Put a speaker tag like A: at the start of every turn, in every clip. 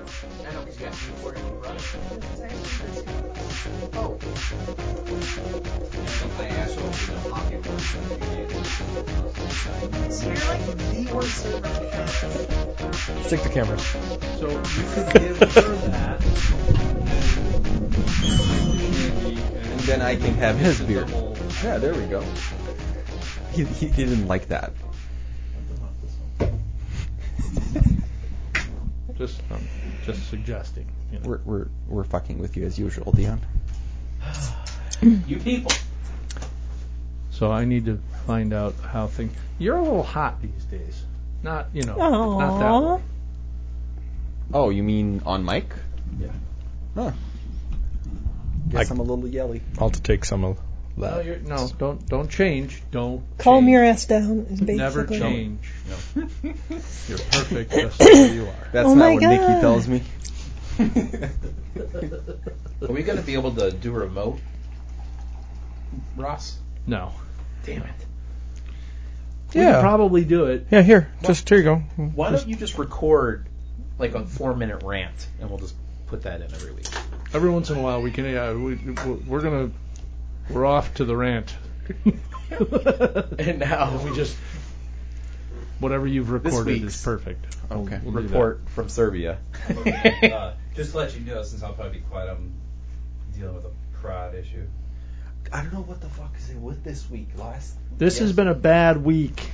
A: long as that's where you run. Oh.
B: Don't play asshole if you don't pocket one.
A: So you're like the worst server in the
C: Stick the camera.
B: So you could give her that. And then I can have
C: His
B: this as
C: beard.
B: a whole-
C: Yeah, there we go. He, he, he didn't like that.
D: Just, um, just suggesting. You know.
C: We're, we're, we're fucking with you as usual, Dion.
B: You people.
D: So I need to find out how things. You're a little hot these days. Not, you know, not
C: Aw.
D: that way.
C: Oh, you mean on mic?
D: Yeah.
C: Huh. Guess I,
E: I-
C: am a little yelly.
E: I'll to take some of that.
D: No, you're, no, don't, don't change. Don't.
F: Calm
D: change.
F: your ass down. Is basically.
D: Never change. No. You're perfect just the way you are.
C: That's
F: Oh
C: not
F: my
C: what
F: God.
C: Nikki tells me.
B: Are we gonna be able to do a remote, Ross?
D: No.
B: Damn it.
D: We could probably do it.
E: yeah, here. Just here you go.
B: Why don't you just record like a four-minute rant, and we'll just put that in every week?
D: Every once in a while, we can. Yeah, we, we're gonna. We're off to the rant.
B: And now
D: we just whatever you've recorded is
B: week's-
D: perfect.
C: Okay.
D: We'll do that.
B: report from Serbia.
G: uh, just to let you know, since I'll probably be quiet, I'm dealing with a prod issue.
B: I don't know what the fuck is it with this week. Last
D: This has been a bad week.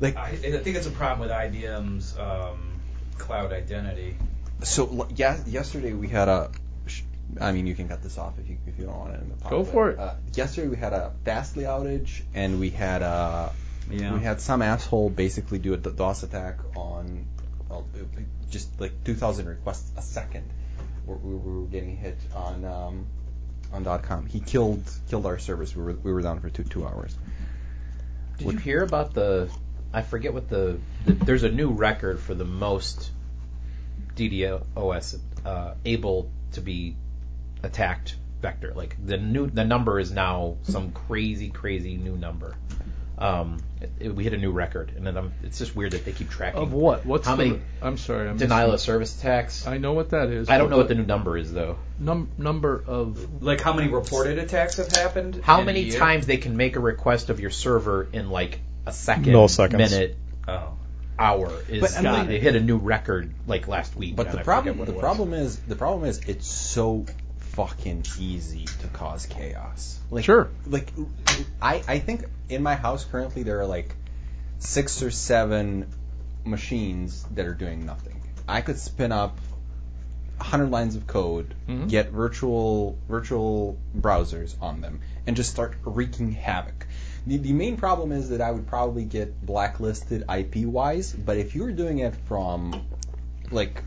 C: Like
G: I, I think it's a problem with IBM's um, cloud identity.
C: so, l- yes, yesterday we had a. sh- I mean, you can cut this off if you if you don't want it in the podcast.
D: Go for it.
C: Uh, yesterday we had a Fastly outage, and we had a we had some asshole basically do a d- DOS attack on well, it- it- just like 2,000 requests a second. We we were getting hit on um, on dot .com. He killed killed our service. We were we were down for two two hours.
B: Did you hear about the? I forget what the, the. There's a new record for the most DDoS uh, able to be attacked vector. Like the new the number is now some crazy crazy new number. Um, it- it- we hit a new record, and then I'm, it's just weird that they keep tracking
D: Of what? What's
B: How
D: the,
B: many
D: I'm sorry. I'm
B: denial of service attacks. I,
D: I know what that is.
B: don't
D: but
B: know what the new number is though.
D: num- number of
G: Like how many reported attacks have happened?
B: How
G: in a
B: many
G: year?
B: times they can make a request of your server in like a second,
E: Milliseconds.
B: minute,
G: Oh.
B: hour is
C: But, I
B: God,
C: mean-
B: it hit a new record like last week.
C: But
B: God,
C: the
B: I
C: problem
B: forget what
C: the
B: it was.
C: problem is the problem is it's so fucking easy to cause chaos. Like
D: Sure.
C: Like I I think in my house currently there are like six or seven machines that are doing nothing. I could spin up 100 lines of code,
D: Mm-hmm. hmm?
C: get virtual virtual browsers on them, and just start wreaking havoc. The, the main problem is that I would probably get blacklisted IP wise, but if you're doing it from like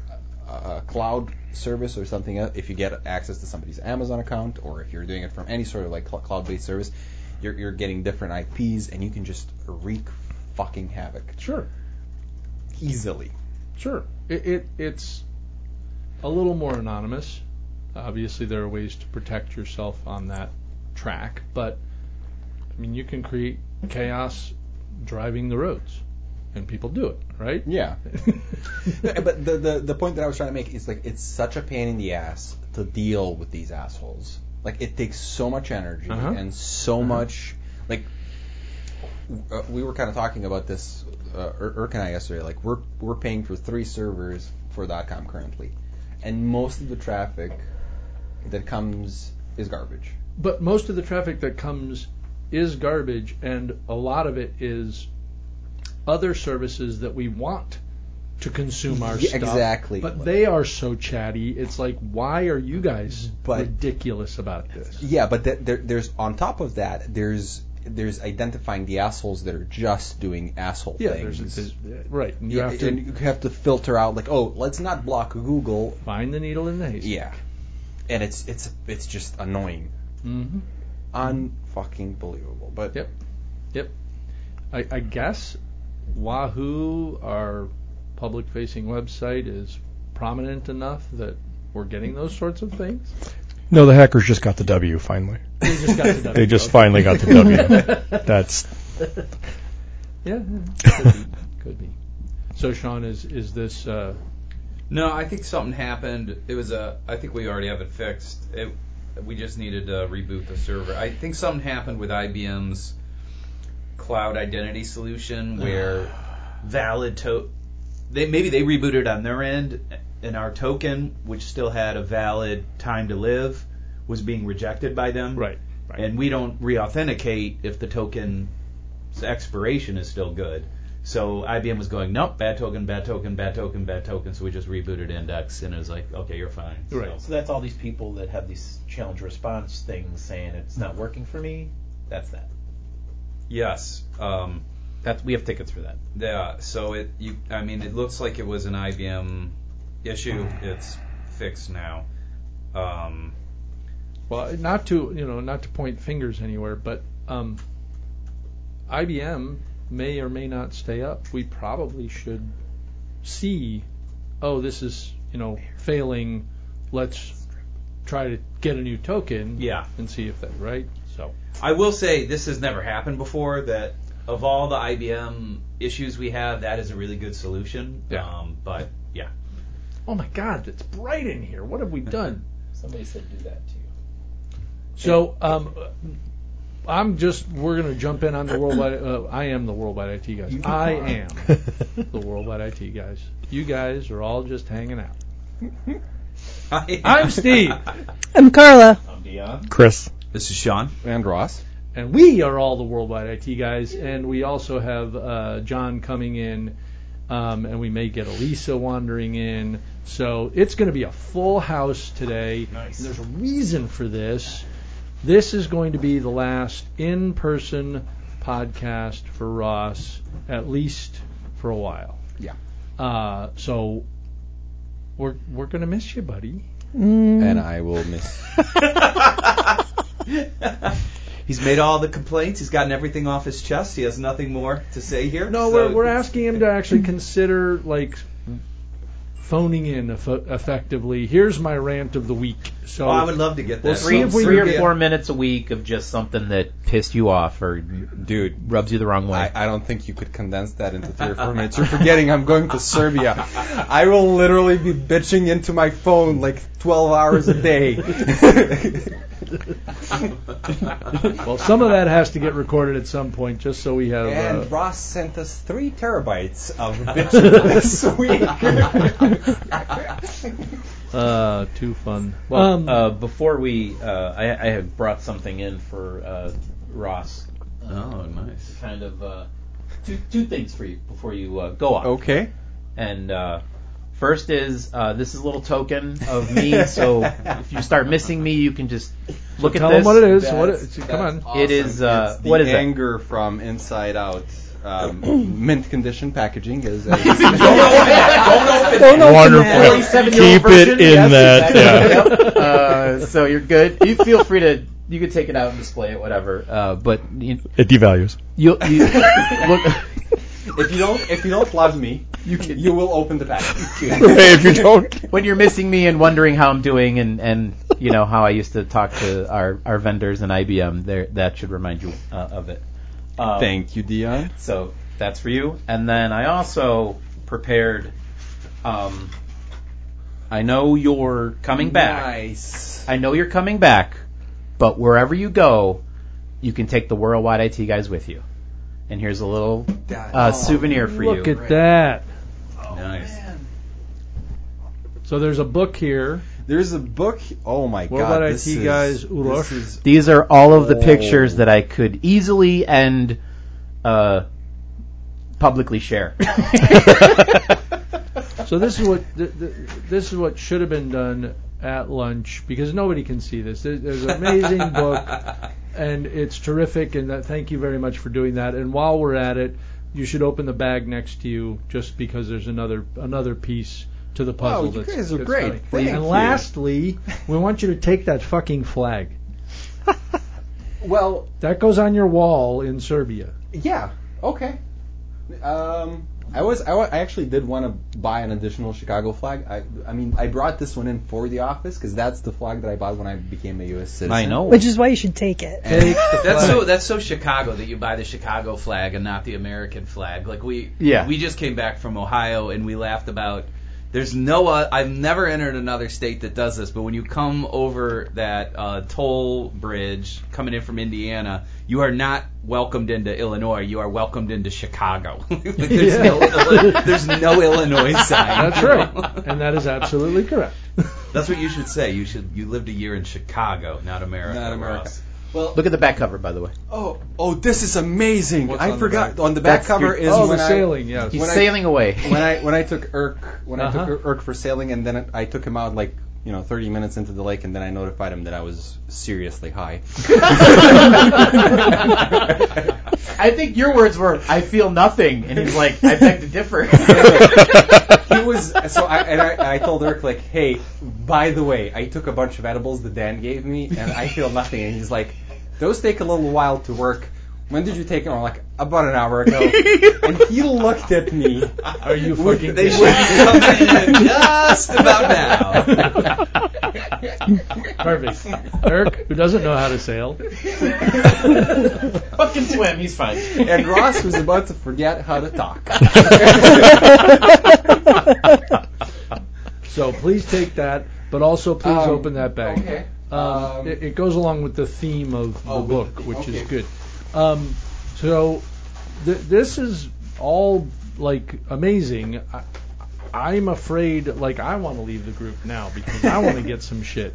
C: a, a cloud service or something, else, if you get access to somebody's Amazon account, or if you're doing it from any sort of like cl- cloud based service, you're, you're getting different IPs and you can just wreak fucking havoc
D: sure,
C: easily.
D: sure. It, it it's a little more anonymous. Obviously, there are ways to protect yourself on that track, but I mean, you can create chaos driving the roads, and people do it, right?
C: Yeah. but the, the the point that I was trying to make is like it's such a pain in the ass to deal with these assholes. Like it takes so much energy
D: Uh-huh.
C: and so much like w- uh, we were kind of talking about this uh, Ir- Irk and I yesterday. Like we're we're paying for three servers for .com currently, and most of the traffic that comes is garbage.
D: but most of the traffic that comes is garbage, and a lot of it is other services that we want to consume our
C: Yeah,
D: stuff.
C: exactly.
D: But they are so chatty. It's like, why are you guys
C: But-
D: ridiculous about this?
C: Yeah, but th- there, there's on top of that there's there's identifying the assholes that are just doing asshole
D: Yeah,
C: things.
D: there's, there's, right. and You
C: Yeah,
D: have to
C: and you have to filter out like, oh, let's not block Google.
D: find the needle in the haystack.
C: Yeah, and it's it's it's just annoying,
D: Mm-hmm.
C: unfucking believable. But
D: Yep. Yep. I, I guess Wahoo, our public facing website, is prominent enough that we're getting those sorts of things.
E: No, the hackers just got the W finally.
D: They just got to W.
E: They just finally got the W. That's
D: Yeah, yeah, could be. Could be. So, Sean, is is this uh,
G: No, I think something happened. It was a. I think we already have it fixed. It, we just needed to reboot the server. I think something happened with IBM's cloud identity solution where valid to. They maybe they rebooted on their end, and our token, which still had a valid time to live, was being rejected by them.
D: Right. Right.
G: And we don't re-authenticate if the token's expiration is still good. So IBM was going, nope, bad token, bad token, bad token, bad token. So we just rebooted Index, and it was like, okay, you're fine. So-
D: Right.
F: So that's all these people that have these challenge response things saying it's not working for me. That's that.
G: yes. Um,
B: That's we have tickets for that.
G: yeah. So it, you, I mean, it looks like it was an IBM issue. It's fixed now. Um,
D: Well, not to you know, not to point fingers anywhere, but um, IBM may or may not stay up. We probably should see, oh, this is you know failing. Let's try to get a new token.
G: Yeah.
D: And see if that right. So
G: I will say this has never happened before. That of all the IBM issues we have, that is a really good solution.
D: Yeah.
G: Um, but yeah.
D: oh my God, it's bright in here. What have we done?
F: Somebody said do that to you.
D: So um, I'm just we're gonna jump in on the worldwide. Uh, I am the worldwide IT guys. I am the worldwide IT guys. You guys are all just hanging out. I'm Steve,
H: I'm Carla.
F: I'm Dion.
E: Chris.
G: This is Sean.
C: And Ross.
D: and we are all the worldwide IT guys, and we also have uh, John coming in, um, and we may get Elisa wandering in. So it's going to be a full house today. Nice. there's a reason for this. This is going to be the last in-person podcast for Ross, at least for a while.
C: Yeah.
D: Uh, so we're we're going to miss you, buddy.
C: And I will miss.
G: He's made all the complaints. He's gotten everything off his chest. He has nothing more to say here.
D: No,
G: So-
D: we're, we're asking him to actually consider like phoning in eff- effectively. Here's my rant of the week. So
G: Oh, I would love to get that.
D: We'll see
B: Three,
D: if we
B: three
D: can
B: or
D: get-
B: four minutes a week of just something that pissed you off or
C: Dude,
B: rubs you the wrong way.
C: I, I don't think you could condense that into three or four minutes. You're forgetting I'm going to Serbia. I will literally be bitching into my phone like 12 hours a day.
D: well, some of that has to get recorded at some point, just so we have.
C: and
D: uh,
C: Ross sent us three terabytes of bitching this week.
D: uh, too fun. Well,
B: Well,
D: um,
B: uh, before we, uh, I, I have brought something in for uh, Ross.
G: Oh, nice.
B: Kind of uh, two, two things for you before you uh, go off.
C: okay.
B: And uh, first is uh, this is a little token of me. so if you start missing me, you can just look
D: tell
B: at this.
D: them what it is. What it, come on.
C: That's
B: It is, uh,
C: It's the
B: what is it?
C: anger from inside out. Um, mint condition packaging is a
E: Wonderful.
B: 47 year
E: Keep it in that. Yeah.
B: Yep. Uh, so you're good. You feel free to. You could take it out and display it, whatever. Uh, but you,
E: It devalues.
B: you, you look.
C: if you don't if you don't love me, you can, you will open the package.
E: Hey, if you don't.
B: when you're missing me and wondering how I'm doing and, and you know how I used to talk to our, our vendors and IBM, there that should remind you uh, of it. Um,
C: Thank you, Dion.
B: So that's for you. And then I also prepared. Um, I know you're coming back.
C: Nice.
B: I know you're coming back, but wherever you go, you can take the worldwide IT guys with you. And here's a little uh, souvenir for
D: look
B: you.
D: at that.
B: nice.
D: So there's a book here.
C: There's a book. Oh my
D: What
C: god!
D: about
C: this
D: IT
C: is,
D: guys, Urosh?
C: This is
B: These are all of the
C: Oh.
B: pictures that I could easily and uh, publicly share.
D: So this is what th- th- this is what should have been done at lunch because nobody can see this. There- There's an amazing book, and it's terrific. And that, thank you very much for doing that. And while we're at it, you should open the bag next to you just because there's another another piece to the puzzle.
C: Wow, Oh, you
D: that's,
C: guys are
D: that's
C: great.
D: coming.
C: Thank
D: and
C: you.
D: lastly, we want you to take that fucking flag
C: well,
D: that goes on your wall in Serbia.
C: yeah. Okay. Um, I was I, wa- I actually did want to buy an additional Chicago flag. I I mean I brought this one in for the office because that's the flag that I bought when I became a U.S. citizen.
B: I know.
H: Which is why you should take it.
C: And
G: That's so that's so Chicago that you buy the Chicago flag and not the American flag. Like we
B: Yeah.
G: we just came back from Ohio and we laughed about There's no. Uh, I've never entered another state that does this, but when you come over that uh, toll bridge coming in from Indiana, you are not welcomed into Illinois. You are welcomed into Chicago. Like, there's, no, Illi- there's no Illinois sign.
D: That's right, and that is absolutely correct.
G: That's what you should say. You should. You lived a year in Chicago, not America.
C: Not America.
G: Ross.
C: Well,
B: Look at the back cover, by the way.
C: oh, oh, this is amazing!
G: What's
C: I
G: on the
C: forgot.
G: back?
C: on the back
B: That's
C: cover
B: good.
C: is
D: oh,
C: when
D: the
C: I-
D: sailing, yes.
B: He's
C: When I-
B: sailing away.
C: when I when I took Irk when I
D: Uh-huh.
C: took Irk for sailing and then I took him out like you know 30 minutes into the lake and then I notified him that I was seriously high.
B: I think your words were, "I feel nothing," and he's like, "I beg to differ."
C: he was so I and I, I told Irk like, hey, by the way, I took a bunch of edibles that Dan gave me and I feel nothing. And he's like, those take a little while to work. When did you take them? I'm like, about an hour ago. and he looked at me.
D: Are you fucking?
G: They should come in just about now.
D: Perfect. Eric, who doesn't know how to sail,
B: Fucking swim, he's fine.
C: And Ross was about to forget how to talk.
D: so please take that. But also, please
C: Um,
D: open that bag.
C: okay.
D: Um,
C: Um,
D: it, it goes along with the theme of the
C: Oh, with
D: book,
C: the theme.
D: which is
C: Okay.
D: good. Um, so th- this is all like amazing. I- I'm afraid, like I want to leave the group now because I want to get some shit.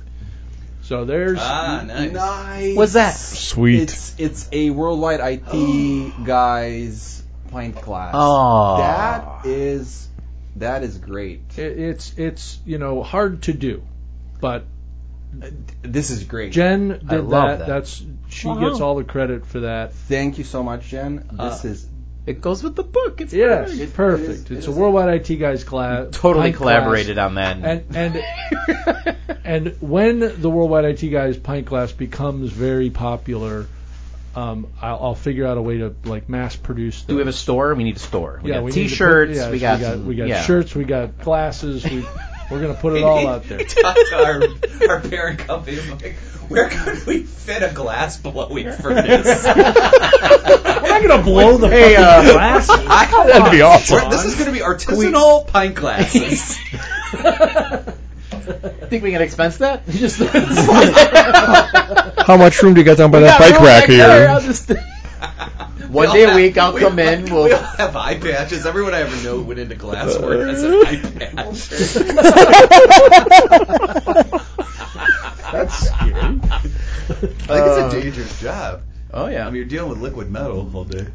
D: So there's
G: Ah, nice.
C: nice.
B: What's that?
E: Sweet.
C: It's it's a worldwide IT guys pint class.
B: Oh,
C: That is that is great.
D: i- it's it's you know hard to do, but
C: This is great.
D: Jen did
B: love that.
D: That's she
H: Wow.
C: Uh-huh.
D: gets all the credit for that.
C: Thank you so much, Jen. This
D: Uh,
C: is
B: it goes with the book. It's
D: Yes,
B: perfect.
D: perfect.
C: it is- it
D: it's
C: is-
D: a worldwide IT guys class.
B: Totally
D: pint
B: collaborated
D: class.
B: on that.
D: And and and when the worldwide IT guys pint class becomes very popular, um, I'll, I'll figure out a way to like mass produce.
B: Do we
D: those.
B: have a store? We need a store. We
D: yeah,
B: got
D: we need to put-
B: t-shirts.
D: yes,
B: we got,
D: we got, we got
B: yeah.
D: shirts. We got glasses. We, we're gonna put it all out there.
G: Fuck our, our parent company. I'm like, where could we fit a glass blowing furnace?
D: We're not gonna blow the
B: Hey,
D: fucking
B: uh,
D: glasses.
E: That'd be
G: We're-
E: awesome.
G: this is going to be artisanal pint glasses.
B: Think we can expense that? Just
E: How much room do you got down by that bike rack here?
B: One
G: We all
B: day a
G: have-
B: week, I'll
G: we
B: come
G: all-
B: in,
G: we
B: we'll-
G: all have eye patches. Everyone I ever know went into glassware has an eye patch.
D: That's scary.
G: Like, it's a dangerous
B: uh,
G: job.
B: Oh yeah.
G: I mean, you're dealing with liquid metal all day.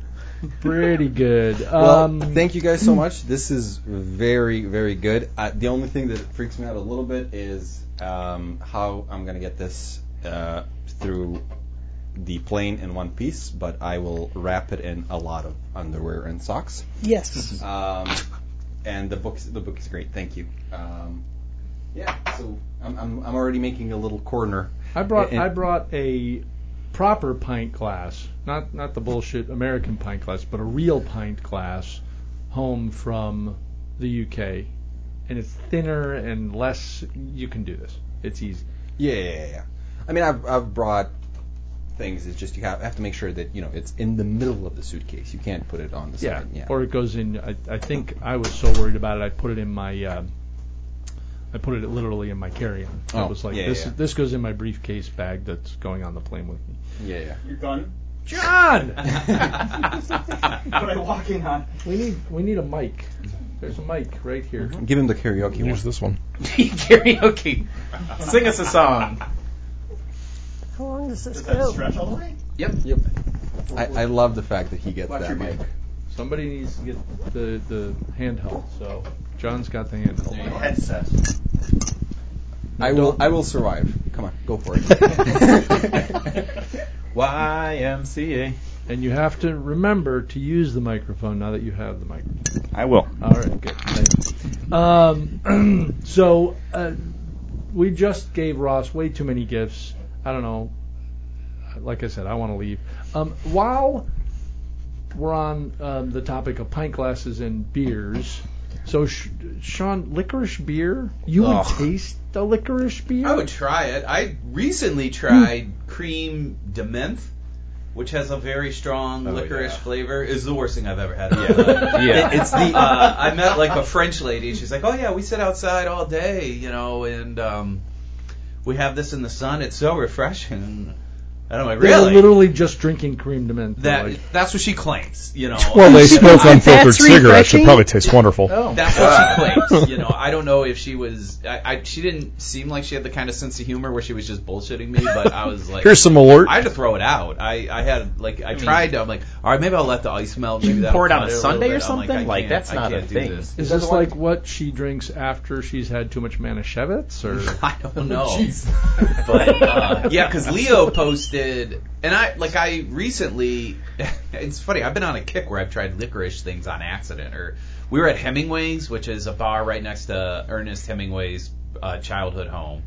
D: Pretty good.
C: well.
D: Um,
C: thank you guys so much. This is very very good. Uh, the only thing that freaks me out a little bit is um, how I'm gonna get this uh, through the plane in one piece, but I will wrap it in a lot of underwear and socks.
H: Yes.
C: Um, and the book the book is great. Thank you. Um, yeah. So I'm, I'm I'm already making a little corner.
D: I brought
C: And-
D: I brought a proper pint glass, not not the bullshit American pint glass, but a real pint glass home from the UK, and it's thinner and less. You can do this. It's easy.
C: Yeah, yeah, yeah, yeah. I mean, I've, I've brought things. It's just you have, have to make sure that you know it's in the middle of the suitcase. You can't put it on the
D: Yeah.
C: side. Yeah.
D: Or it goes in. I, I think I was so worried about it, I put it in my. Um, I put it literally in my carry-on. I
C: Oh,
D: was like,
C: yeah,
D: this
C: yeah.
D: this goes in my briefcase bag that's going on the plane with me.
C: yeah, yeah.
I: Your gun?
D: John,
I: What am I walking on?
D: we need we need a mic.
C: Mm-hmm.
D: There's a mic right here.
C: Give him the karaoke one.
E: Here's this one.
B: karaoke. Sing us a song.
H: How long does this
I: Does that
H: go?
I: stretch all the way?
C: Yep. I, I love the fact that he gets that mic.
D: Somebody needs to get the, the handheld. So John's got the handheld.
I: Headset.
C: I will. I will survive. Come on, go for it.
B: YMCA.
D: And you have to remember to use the microphone now that you have the microphone.
E: I will.
D: All right, good. Thank you. Um, so uh, we just gave Ross way too many gifts. I don't know. Like I said, I want to leave. Um, while we're on um, the topic of pint glasses and beers, so sh- Sean, licorice beer? You would
B: Ugh.
D: taste the licorice beer?
G: I would try it. I recently tried cream de menthe, which has a very strong
B: Oh,
G: licorice
B: yeah.
G: flavor, is the worst thing I've ever had. in my life.
B: Yeah.
G: It- it's the uh, I met like a French lady. and She's like, "Oh yeah, we sit outside all day, you know, and um, we have this in the sun. It's so refreshing." And I'm like,
D: They're
G: "Really?"
D: literally just drinking cream de menthe.
G: that
D: Like,
G: that's what she claims, you know.
E: Well, they smoke
H: That's
E: unfiltered cigarettes.
H: refreshing.
E: It probably tastes wonderful.
B: Oh.
G: That's what she claims. You know, I don't know if she was. I, I she didn't seem like she had the kind of sense of humor where she was just bullshitting me. But I was like,
E: Here's some alert.
G: I had to throw it out. I, I had like I, tried to. I'm like, all right, maybe I'll let the ice melt. Maybe that'll
B: pour it on
G: cut
B: a
G: little
B: Sunday
G: bit."
B: or
G: I'm
B: something?
G: I
B: Like,
G: can't-
B: that's
G: I
B: not a
G: can't do
B: thing.
G: This.
D: is this like what she drinks after she's had too much manischewitz, or
G: I don't know. but uh, yeah, because Leo posted, and I like I recently. It's funny. I've been on a kick where I've tried licorice things on accident. Or we were at Hemingway's, which is a bar right next to Ernest Hemingway's uh, childhood home,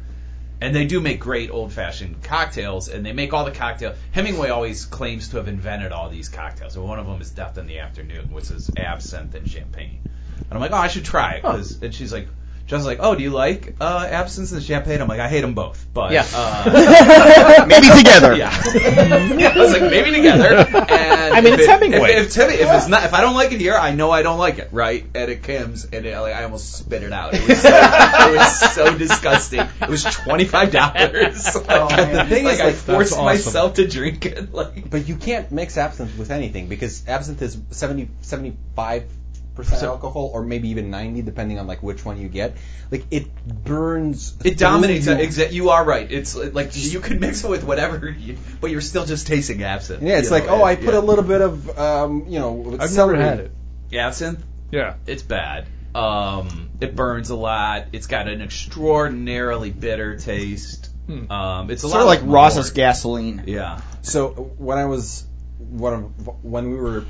G: and they do make great old fashioned cocktails. And they make all the cocktail. Hemingway always claims to have invented all these cocktails, and one of them is Death in the Afternoon, which is absinthe and champagne. And I'm like, oh, I should try it. 'cause- And she's like, John's like, oh, do you like uh, absinthe and champagne? I'm like, I hate them both. But
B: Yeah.
G: uh,
E: Maybe together.
G: yeah. yeah, I was like, maybe together. And
B: I mean,
G: if
B: it's
G: it-
B: Hemingway.
G: If, if, Hemi- if it's not, if I don't like it here, I know I don't like it, right? And it comes, and it, like, I almost spit it out. It was so, it was so disgusting. It was twenty five dollars. Like,
I: man.
G: Oh. the thing
C: That's
G: is, I forced
D: awesome.
G: myself to drink it. Like,
C: But you can't mix absinthe with anything because absinthe is 70, 75% alcohol or maybe even 90 depending on like which one you get. Like it burns
G: it dominates.
C: through
G: It.
C: you.
G: Exa- you are right. It's like you can mix it with whatever, you, but you're still just tasting absinthe.
C: Yeah, it's
G: you
C: like,
G: know,
C: "Oh,
G: and-
C: I put a
G: yeah.
C: little bit of um, you know,
D: I've
C: celery.
D: never had it.
G: absinthe.
D: Yeah,
G: it's bad. Um, it burns a lot. It's got an extraordinarily bitter taste.
D: Hmm.
G: Um, it's a
J: Sort
G: lot
J: of like
G: more-
J: Ross's gasoline.
G: Yeah,
C: So when I was one of when we were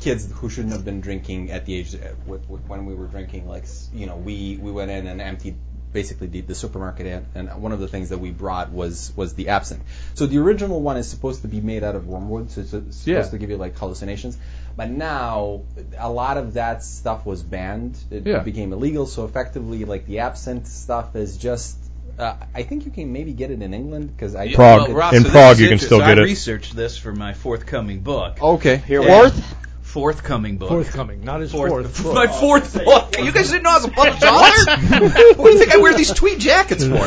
C: kids who shouldn't have been drinking at the age uh, when we were drinking, like you know, we we went in and emptied basically the, the supermarket and, and one of the things that we brought was was the absinthe. So the original one is supposed to be made out of wormwood, so it's supposed
D: Yeah.
C: to give you like hallucinations. But now a lot of that stuff was banned. It
D: Yeah.
C: became illegal. So effectively, like the absinthe stuff is just. Uh, I think you can maybe get it in England because I
E: Prague.
G: Well, Ross,
E: In
G: so this
E: Prague,
G: is
E: you can still
G: interesting.
E: get
G: I
E: it.
G: researched this for my forthcoming book.
D: Oh.
C: Okay, here we
J: Fourth?
G: Forthcoming book.
D: forthcoming, not as fourth.
G: My fourth book. You guys didn't know I was a published author. what do you think I wear these tweed jackets for?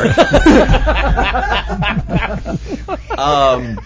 G: um,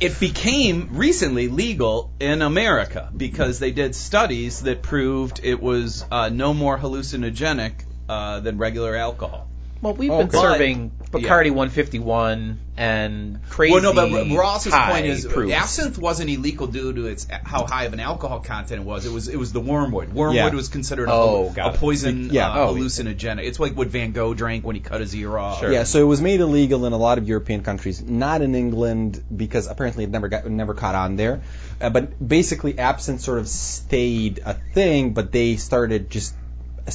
G: it became recently legal in America because they did studies that proved it was uh, no more hallucinogenic uh, than regular alcohol.
B: Well, we've
C: Oh,
B: been
C: okay.
B: serving
G: But-
B: Bacardi 151 and crazy.
G: Well, no, but R- Ross's
B: high
G: point is uh,
B: proofs.
G: absinthe wasn't illegal due to its how high of an alcohol content it was. It was it was the wormwood. Wormwood
C: Yeah.
G: was considered a,
B: Oh,
G: a
B: got it.
G: poison,
C: Yeah.
G: uh,
C: Oh.
G: hallucinogenic. It's like what Van Gogh drank when he cut his ear off.
C: Yeah, so it was made illegal in a lot of European countries, not in England because apparently it never got never caught on there. Uh, but basically, absinthe sort of stayed a thing, but they started just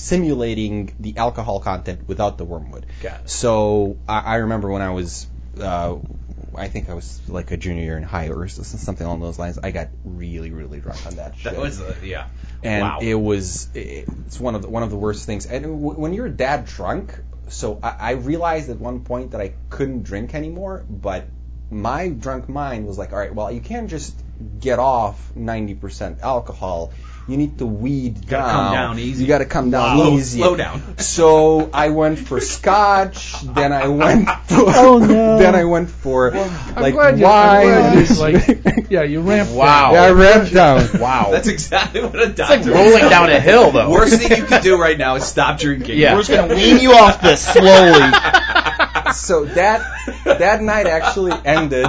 C: simulating the alcohol content without the wormwood.
B: Got it.
C: So I, I remember when I was, uh, I think I was like a junior year in high or s- something along those lines. I got really, really drunk on that.
G: That
C: shit
G: was uh, yeah.
C: and
G: wow.
C: it was it's one of the, one of the worst things. And w- when you're that drunk, so I, I realized at one point that I couldn't drink anymore. But my drunk mind was like, all right, well, you can't just get off 90% alcohol. You need to weed
G: Gotta
C: down.
G: come down easy.
C: You got to come down
G: Slow-
C: easy.
G: slow down.
C: So I went for scotch. Then I went. For, Then I went for like
D: glad you- Oh, I'm glad
C: wine.
D: you- like- yeah, you ramp.
B: Wow.
C: yeah, I ramped down.
B: Wow.
G: That's exactly what a doctor.
B: it's like rolling down a hill, though.
G: Worst thing you can do right now is stop drinking.
B: Yeah.
J: We're just gonna wean you off this slowly.
C: so that that night actually ended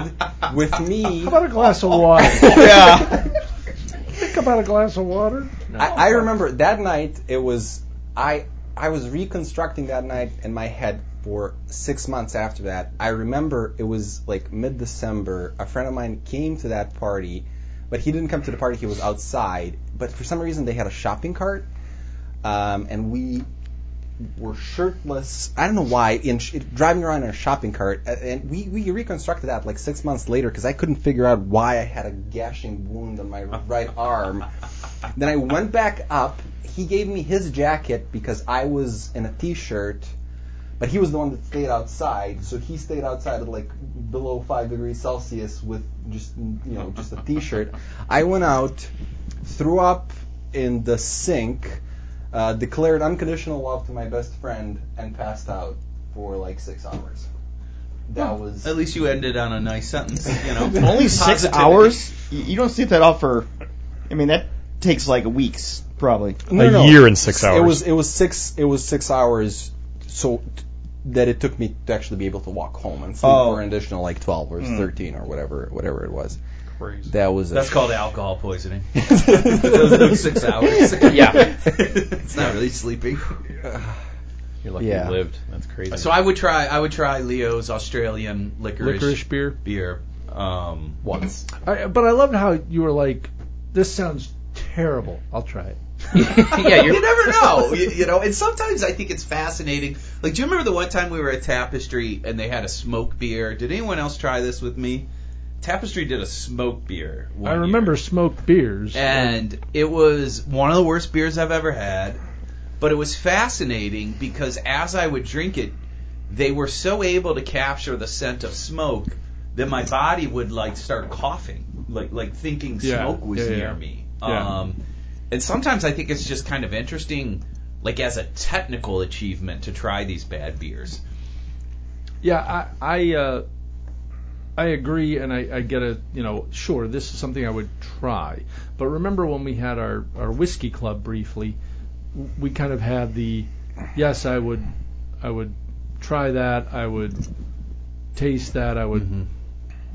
C: with me.
D: How about a glass of water?
J: yeah.
D: Think about a glass of water.
C: I, I remember that night. It was I I was reconstructing that night in my head for six months after that. I remember it was like mid December. A friend of mine came to that party, but he didn't come to the party. He was outside. But for some reason, they had a shopping cart, um, and we were shirtless. I don't know why, in sh- driving around in a shopping cart, a- and we, we reconstructed that like six months later because I couldn't figure out why I had a gashing wound on my right arm. then I went back up. He gave me his jacket because I was in a t-shirt. But he was the one that stayed outside, so he stayed outside at like below five degrees Celsius with just you know just a t-shirt. I went out, threw up in the sink, uh, declared unconditional love to my best friend, and passed out for like six hours. That was
G: At least you ended on a nice sentence. You know,
J: Only six
G: Positivity.
J: hours? You, you don't sleep that off for. I mean, that takes like weeks, probably.
C: No,
E: a
C: no, no.
E: year and six
C: It
E: hours.
C: was it was six it was six hours so t- that it took me to actually be able to walk home and sleep
J: Oh.
C: for an additional like twelve or
E: Hmm.
J: Mm.
C: thirteen or whatever whatever it was.
D: Crazy.
C: That was a
G: That's called alcohol poisoning. Those took six hours.
B: Yeah.
G: it's not really sleeping.
B: You're lucky
C: Yeah.
B: you lived. That's crazy.
G: So I would try. I would try Leo's Australian licorice,
D: Licorice beer.
G: beer. Um,
B: once.
D: I, but I loved how you were like, this sounds terrible. I'll try it.
B: yeah, you're,
G: you never know, you, you know. And sometimes I think it's fascinating. Like, do you remember the one time we were at Tapestry and they had a smoke beer? Did anyone else try this with me? Tapestry did a smoke beer. one
D: I remember
G: year.
D: smoked beers.
G: and it was one of the worst beers I've ever had. But it was fascinating because as I would drink it, they were so able to capture the scent of smoke that my body would like start coughing, like like thinking
D: Yeah,
G: smoke was
D: yeah, yeah.
G: near me.
D: Yeah.
G: Um, and sometimes I think it's just kind of interesting, like as a technical achievement, to try these bad beers.
D: Yeah, I I, uh, I agree, and I, I get a you know sure this is something I would try, but remember when we had our our whiskey club briefly, w- we kind of had the yes I would I would try that I would taste that I would drink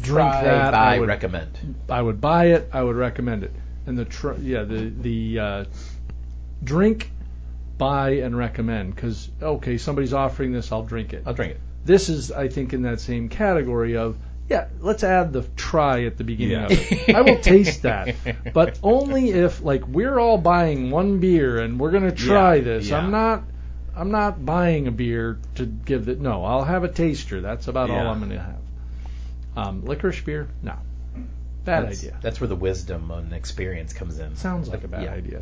B: Mm-hmm. try,
D: that
B: buy,
D: I would
B: recommend.
D: I would buy it. I would recommend it. And the tr- yeah the the uh, drink, buy and recommend because okay somebody's offering this I'll drink it.
B: I'll drink it.
D: This is I think in that same category of yeah let's add the try at the beginning
G: Yeah.
D: of it. I will taste that, but only if like we're all buying one beer and we're gonna try
G: Yeah,
D: this.
G: yeah.
D: I'm not. I'm not buying a beer to give it. No, I'll have a taster. That's about all
G: Yeah.
D: I'm going to have. Um, licorice beer? No. Bad
B: that's,
D: idea.
B: That's where the wisdom and experience comes in.
D: Sounds like a bad
B: Yeah.
D: idea.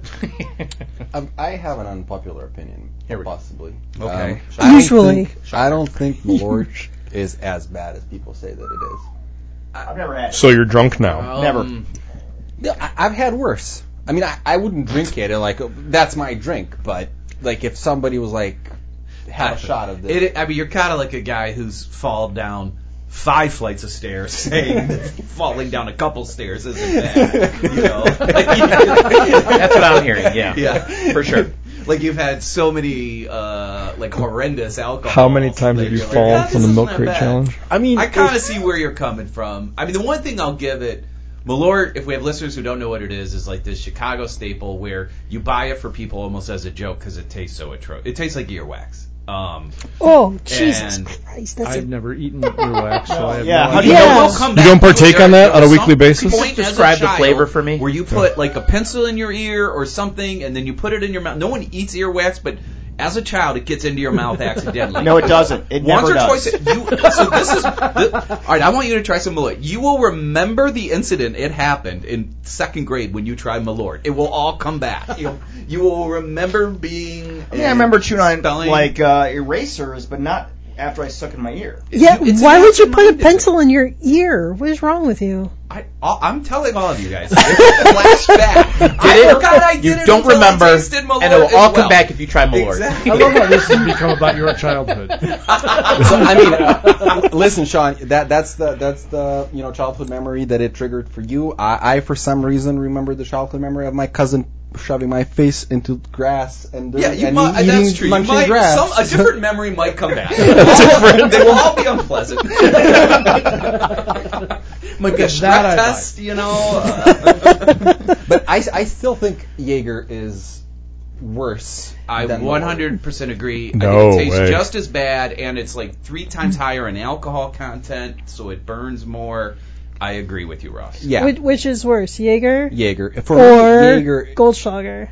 C: Um, I have an unpopular opinion,
B: Here we go.
C: possibly.
G: Okay.
C: Um, I don't
H: Usually.
C: think- I don't think Malort is as bad as people say that it is.
I: I've never had it.
E: So you're drunk now.
J: Never.
B: Um,
C: Yeah, I, I've had worse. I mean, I, I wouldn't drink it. and, Like that's my drink, but like if somebody was like had a shot of this,
G: It, I mean, you're kind of like a guy who's fallen down five flights of stairs, saying that falling down a couple stairs isn't bad. You know,
B: That's what I'm hearing. Yeah.
G: yeah,
B: For sure.
G: Like you've had so many uh, like horrendous alcohol.
E: How many times have you
G: Like,
E: fallen
G: "Ah,
E: from
G: this
E: the
G: isn't
E: milk
G: that
E: crate
G: bad."
E: challenge?
C: I mean,
G: I kind
C: if-
G: of see where you're coming from. I mean, the one thing I'll give it, Malort, if we have listeners who don't know what it is, is like this Chicago staple where you buy it for people almost as a joke because it tastes so atrocious. It tastes like earwax. Um,
H: Oh, Jesus
G: And
H: Christ. That's
D: I've
H: a,
D: never eaten earwax, so I have
J: Yeah, how
D: no
J: do
D: idea.
J: you-
G: You know,
H: Yes.
G: we'll come
E: You
G: back
E: don't
G: to it
E: partake
G: later.
E: on that
G: There
E: on a
G: was
E: weekly
G: some
E: basis?
G: point as a
B: Describe the
G: child
B: flavor for me.
G: Where you put like a pencil in your ear or something, and then you put it in your mouth. No one eats earwax, but as a child, it gets into your mouth accidentally.
J: No, it doesn't. It
G: Once
J: never
G: or
J: does.
G: twice, you, so this is. This, all right, I want you to try some Malort. You will remember the incident. It happened in second grade when you tried Malort. It will all come back. You'll, you will remember being.
J: I mean, I remember chewing on
G: Spelling.
J: like uh, erasers, but not after I stuck in my ear.
H: yeah,
G: it's
H: why would you put a
G: absent-minded.
H: pencil in your ear? What is wrong with you?
G: I, all- I'm telling all of you guys. It's a flashback. I forgot I did
B: you
G: it
B: don't
G: until I
B: remember,
G: tasted Malort
B: and it will
G: as
B: all come
G: well.
B: back if you try Malort.
G: Exactly.
D: I love how this has become about your childhood.
C: So, I mean, listen, Sean, that that's the that's the you know childhood memory that it triggered for you. I, I for some reason remember the childhood memory of my cousin shoving my face into grass and dirt
G: Yeah, you
C: and
G: mu-
C: eating
G: that's true. You
C: munching
G: might,
C: grass.
G: some, a different memory might come back. All- they will all be unpleasant. might be
D: That I
G: a stress test, you know. uh,
C: but I, I still think Jaeger is worse.
G: I
C: than Malort.
G: 100% agree. I
E: No
G: think it tastes
E: way.
G: just as bad, and it's like three times higher in alcohol content, so it burns more. I agree with you, Ross.
C: Yeah,
H: Which, which is worse, Jaeger
C: Jaeger. For
H: or
C: me, Jaeger,
H: Goldschlager?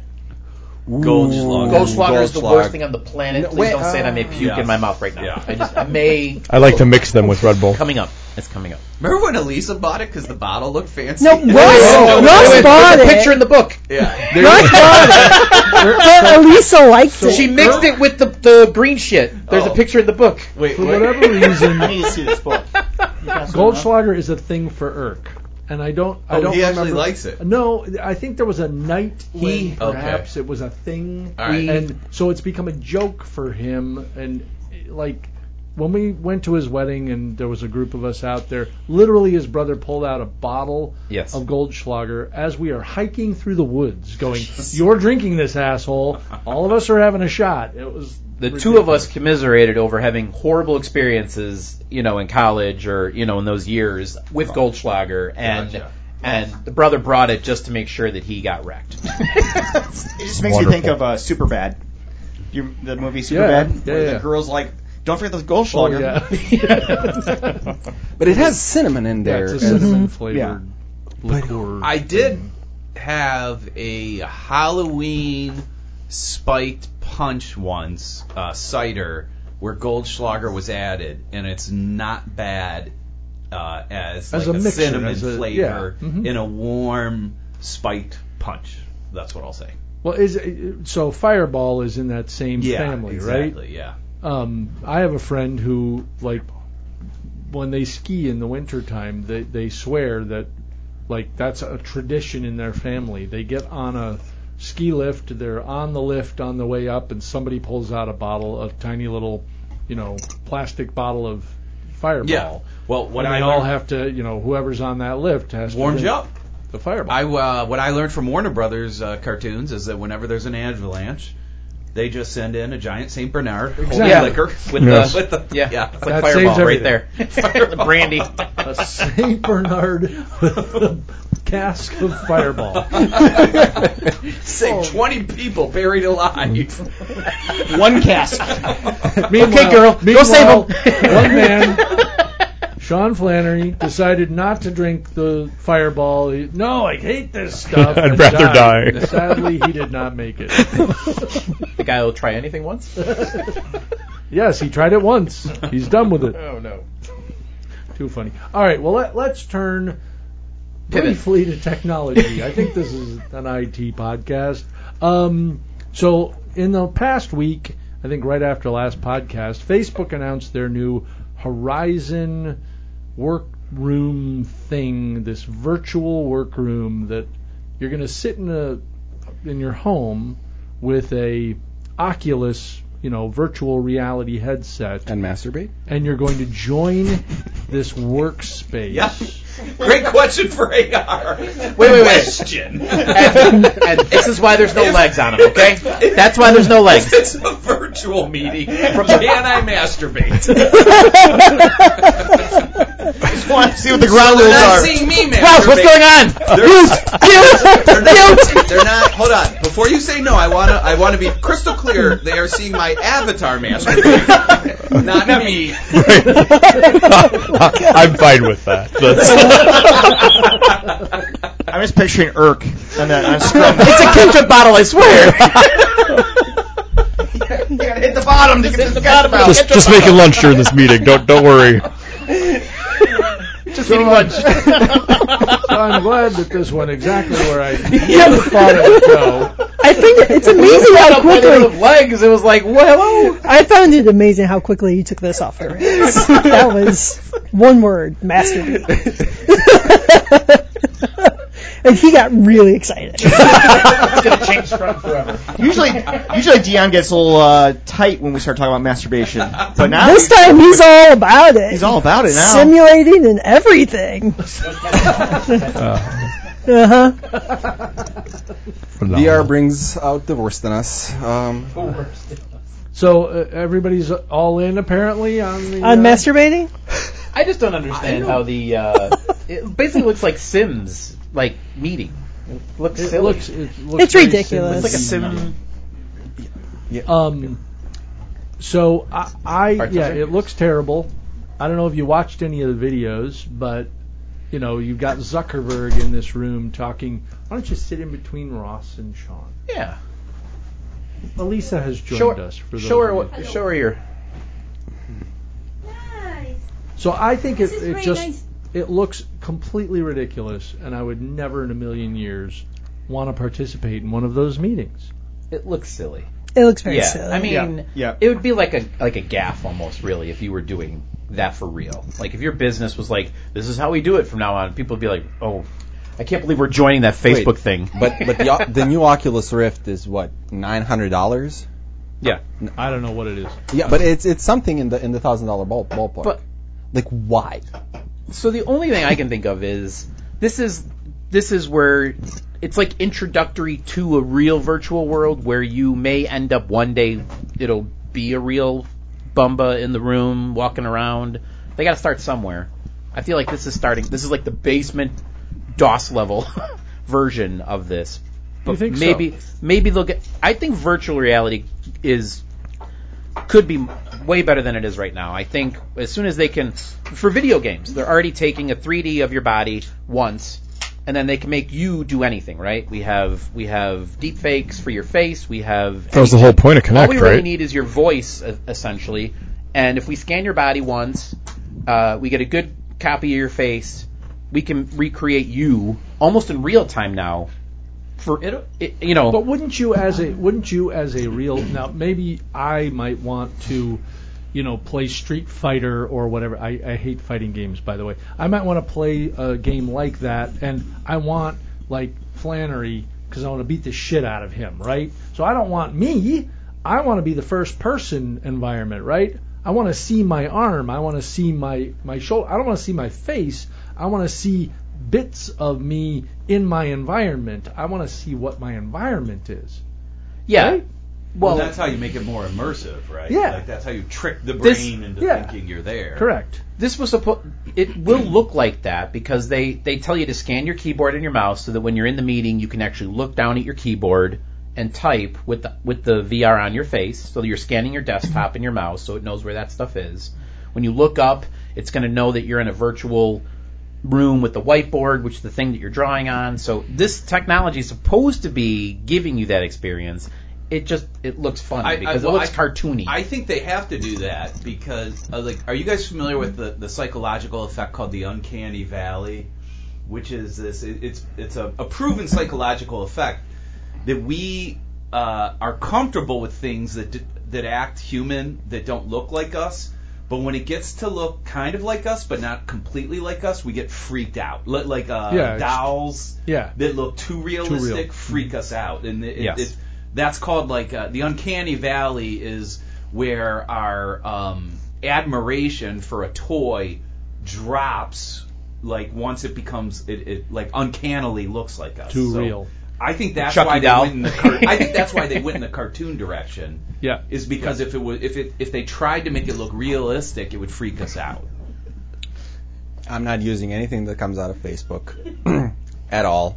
G: Goldschlager.
B: Goldschlager is the worst thing on the planet.
C: No,
B: Please
C: wait,
B: don't say it. I may
C: uh,
B: puke
G: Yeah.
B: in my mouth right now.
G: Yeah.
B: I just I may
E: I like to mix them with Red Bull.
B: coming up. It's coming up.
G: Remember when Elisa bought it because the bottle looked fancy?
H: No, Russ, Russ
B: there's a
H: bought it.
B: picture in the book.
G: Yeah.
H: Russ bought it. But Elisa liked it.
B: she mixed it with the, the green shit. There's
G: Oh.
B: a picture in the book.
G: Wait,
D: For
G: wait.
D: whatever reason,
I: I need to see this book. You pass it around?
D: Goldschlager is a thing for Irk, and I don't. I
G: Oh,
D: don't.
G: he actually
D: remember-
G: likes it.
D: No, I think there was a night when
B: He-
D: perhaps it was a thing,
G: All right.
D: and so it's become a joke for him. And like when we went to his wedding, and there was a group of us out there. Literally, his brother pulled out a bottle
B: Yes.
D: of Goldschlager as we are hiking through the woods, going, "You're drinking this, asshole! All of us are having a shot." It was
B: the two of us commiserated over having horrible experiences, you know, in college or you know in those years with Goldschlager, and
G: Gotcha.
B: and the brother brought it just to make sure that he got wrecked.
J: It just makes me think of uh, Superbad. You, the movie
D: Yeah,
J: Superbad,
D: yeah,
J: where the
D: yeah.
J: girls like, don't forget the
D: Oh,
J: Goldschlager.
D: yeah.
C: But it has cinnamon in
D: Yeah,
C: there.
D: it's a
C: and-
B: Mm-hmm.
D: cinnamon flavored
J: Yeah.
D: liqueur.
F: I did have a Halloween spiked punch once, uh, cider, where Goldschlager was added, and it's not bad
G: uh, as,
D: As
G: like
D: a
G: a,
D: mixer,
G: cinnamon
D: as a-
G: flavor
D: yeah, mhm.
G: in a warm spiked punch. That's what I'll say.
D: Well, is so Fireball is in that same
G: Yeah,
D: family,
G: exactly. Yeah.
D: right? Um, I have a friend who like when they ski in the wintertime, they they swear that like that's a tradition in their family. They get on a ski lift, they're on the lift on the way up, and somebody pulls out a bottle, a tiny little, you know, plastic bottle of Fireball.
G: Yeah. Well, what
D: and
G: I
D: they all
G: learned-
D: have to, you know, whoever's on that lift has
G: warms
D: to
G: you
D: drink
G: up.
D: the Fireball.
G: I uh, what I learned from Warner Brothers uh, cartoons is that whenever there's an avalanche, they just send in a giant Saint Bernard holding
B: Yeah.
G: liquor with
E: Yes.
G: the with the
B: Yeah.
G: yeah.
B: It's like
D: That saves
B: Fireball right
D: everything.
B: there. the brandy.
D: a Saint Bernard with a cask of Fireball. Oh.
G: Save 20 people buried
D: Mm-hmm.
G: alive.
J: One cast.
D: Meanwhile-
B: girl, go
D: meanwhile,
B: save 'em.
D: one man, Sean Flannery, decided not to drink the Fireball. He- no, I hate this stuff.
E: I'd
D: and
E: rather
D: died.
E: die.
D: Sadly, he did not make it.
B: The guy will try anything once.
D: Yes, he tried it once. He's done with it.
B: Oh no.
D: Too funny. All right, well let, let's turn briefly to technology. I think this is an IT podcast. Um, so in the past week, I think right after last podcast, Facebook announced their new Horizon workroom thing, this virtual workroom that you're going to sit in a in your home with a Oculus, you know, virtual reality headset
C: and masturbate.
D: and you're going to join this workspace.
G: Yeah. Great question for AR. Wait,
B: wait, wait.
G: Question.
B: And, and this is why there's no legs on him. Okay, that's why there's no legs.
G: It's a virtual meeting. Can I masturbate?
J: Just want to see what the ground rules
G: Not
J: are.
G: seeing me masturbate.
B: Rouse, what's going on?
G: They're not, they're not. Hold on. Before you say no, I wanna. I wanna be crystal clear. They are seeing my avatar masturbate, not, me.
E: I'm fine with that. That's-
J: I'm just picturing Irk and then on Scrum.
B: It's a ketchup bottle, I swear.
J: hit the bottom to get the bottom out.
E: just, just making lunch during this meeting. Don't, don't worry.
B: Just eating lunch.
D: So I'm glad that this went exactly where I thought it would go.
H: I think it's amazing how quickly.
B: legs. It was like, well,
H: I found it amazing how quickly you took this off the rails. that was one word, masturbate. and he got really excited.
J: Usually, usually Dion gets a little uh, tight when we start talking about masturbation, but now
H: This time he's all about it.
J: he's all about it now.
H: Simulating and everything.
B: Uh-huh.
H: Uh huh.
C: VR brings out the worst in us. Um,
D: So uh, everybody's all in apparently on the
H: On
D: uh,
H: masturbating?
B: I just don't understand how the. Uh, it basically looks like Sims, like meeting. It looks
D: It
B: silly.
D: looks, it looks
H: It's
D: very
H: ridiculous.
B: it's like a
D: similar.
B: sim.
D: Um, so I, I
B: Arthur
D: yeah,
B: Fingers.
D: it looks terrible. I don't know if you watched any of the videos, but you know you've got Zuckerberg in this room talking. Why don't you sit in between Ross and Sean?
B: Yeah.
D: Elisa has joined
B: Show,
D: us for those
B: show her.
D: of
B: what-
D: you-
B: Show her your.
D: So I think it,
K: This is
D: it
K: very
D: just
K: nice.
D: it looks completely ridiculous, and I would never in a million years want to participate in one of those meetings.
B: It looks silly.
H: It looks very
B: yeah,
H: silly.
B: I mean, uh, it would be like a like a gaff almost, really, if you were doing that for real. Like if your business was like, "This is how we do it from now on," people would be like, "Oh, I can't believe we're joining that Facebook
C: Wait,
B: thing."
C: But but the, o- the new Oculus Rift is what nine hundred dollars.
B: yeah,
D: I don't know what it is.
C: Yeah, but it's it's something in the in the thousand dollar ball, ballpark.
B: But-
C: like why?
B: So the only thing I can think of is this is this is where it's like introductory to a real virtual world where you may end up one day it'll be a real bumba in the room walking around. They got to start somewhere. I feel like this is starting. This is like the basement DOS level version of this. But
D: You think so?
B: maybe maybe they'll get. I think virtual reality is could be way better than it is right now. I think as soon as they can, for video games, they're already taking a 3D of your body once, and then they can make you do anything, right? We have we have deep fakes for your face. We have
E: That was the whole point of Kinect,
B: all we really
E: right?
B: need is your voice e- essentially, and if we scan your body once, uh, we get a good copy of your face. We can recreate you almost in real time now. For it, it you know,
D: But wouldn't you as a wouldn't you as a real now maybe I might want to you know play Street Fighter or whatever I, I hate fighting games by the way I might want to play a game like that and I want like Flannery because I want to beat the shit out of him right so I don't want me I want to be the first person environment right I want to see my arm I want to see my my shoulder I don't want to see my face I want to see bits of me in my environment. I want to see what my environment is.
B: yeah.
D: Right?
B: Well,
G: that's how you make it more immersive, right?
D: Yeah.
G: Like that's how you trick the brain
B: This-
G: into
D: yeah.
G: thinking you're there.
D: Correct.
B: this was supposed it will look like that because they they tell you to scan your keyboard and your mouse so that when you're in the meeting you can actually look down at your keyboard and type with the with the VR on your face so you're scanning your desktop and your mouse so it knows where that stuff is when you look up it's going to know that you're in a virtual room with the whiteboard which is the thing that you're drawing on so this technology is supposed to be giving you that experience it just it looks funny
G: I- I-
B: because
G: well,
B: it looks
G: I-
B: cartoony
G: I think they have to do that because, uh, like, are you guys familiar with the, the psychological effect called the uncanny valley, which is this? It, it's it's a, a proven psychological effect that we uh, are comfortable with things that d- that act human that don't look like us. But when it gets to look kind of like us, but not completely like us, we get freaked out. Li- Like uh,
D: Yeah, it's-
G: dolls
D: Yeah.
G: that look too realistic
D: real.
G: freak us out, and it, it-
B: Yes.
G: it- that's called like uh, the uncanny valley is where our um, admiration for a toy drops like once it becomes it, it like uncannily looks like us.
D: Too
G: So
D: real. E.
G: I think that's
B: Chucky
G: why they
B: doll.
G: went in the car- I think that's why they went in the cartoon direction
D: Yeah.
G: is because if it was if it if they tried to make it look realistic, it would freak us out.
C: I'm not using anything that comes out of Facebook at all.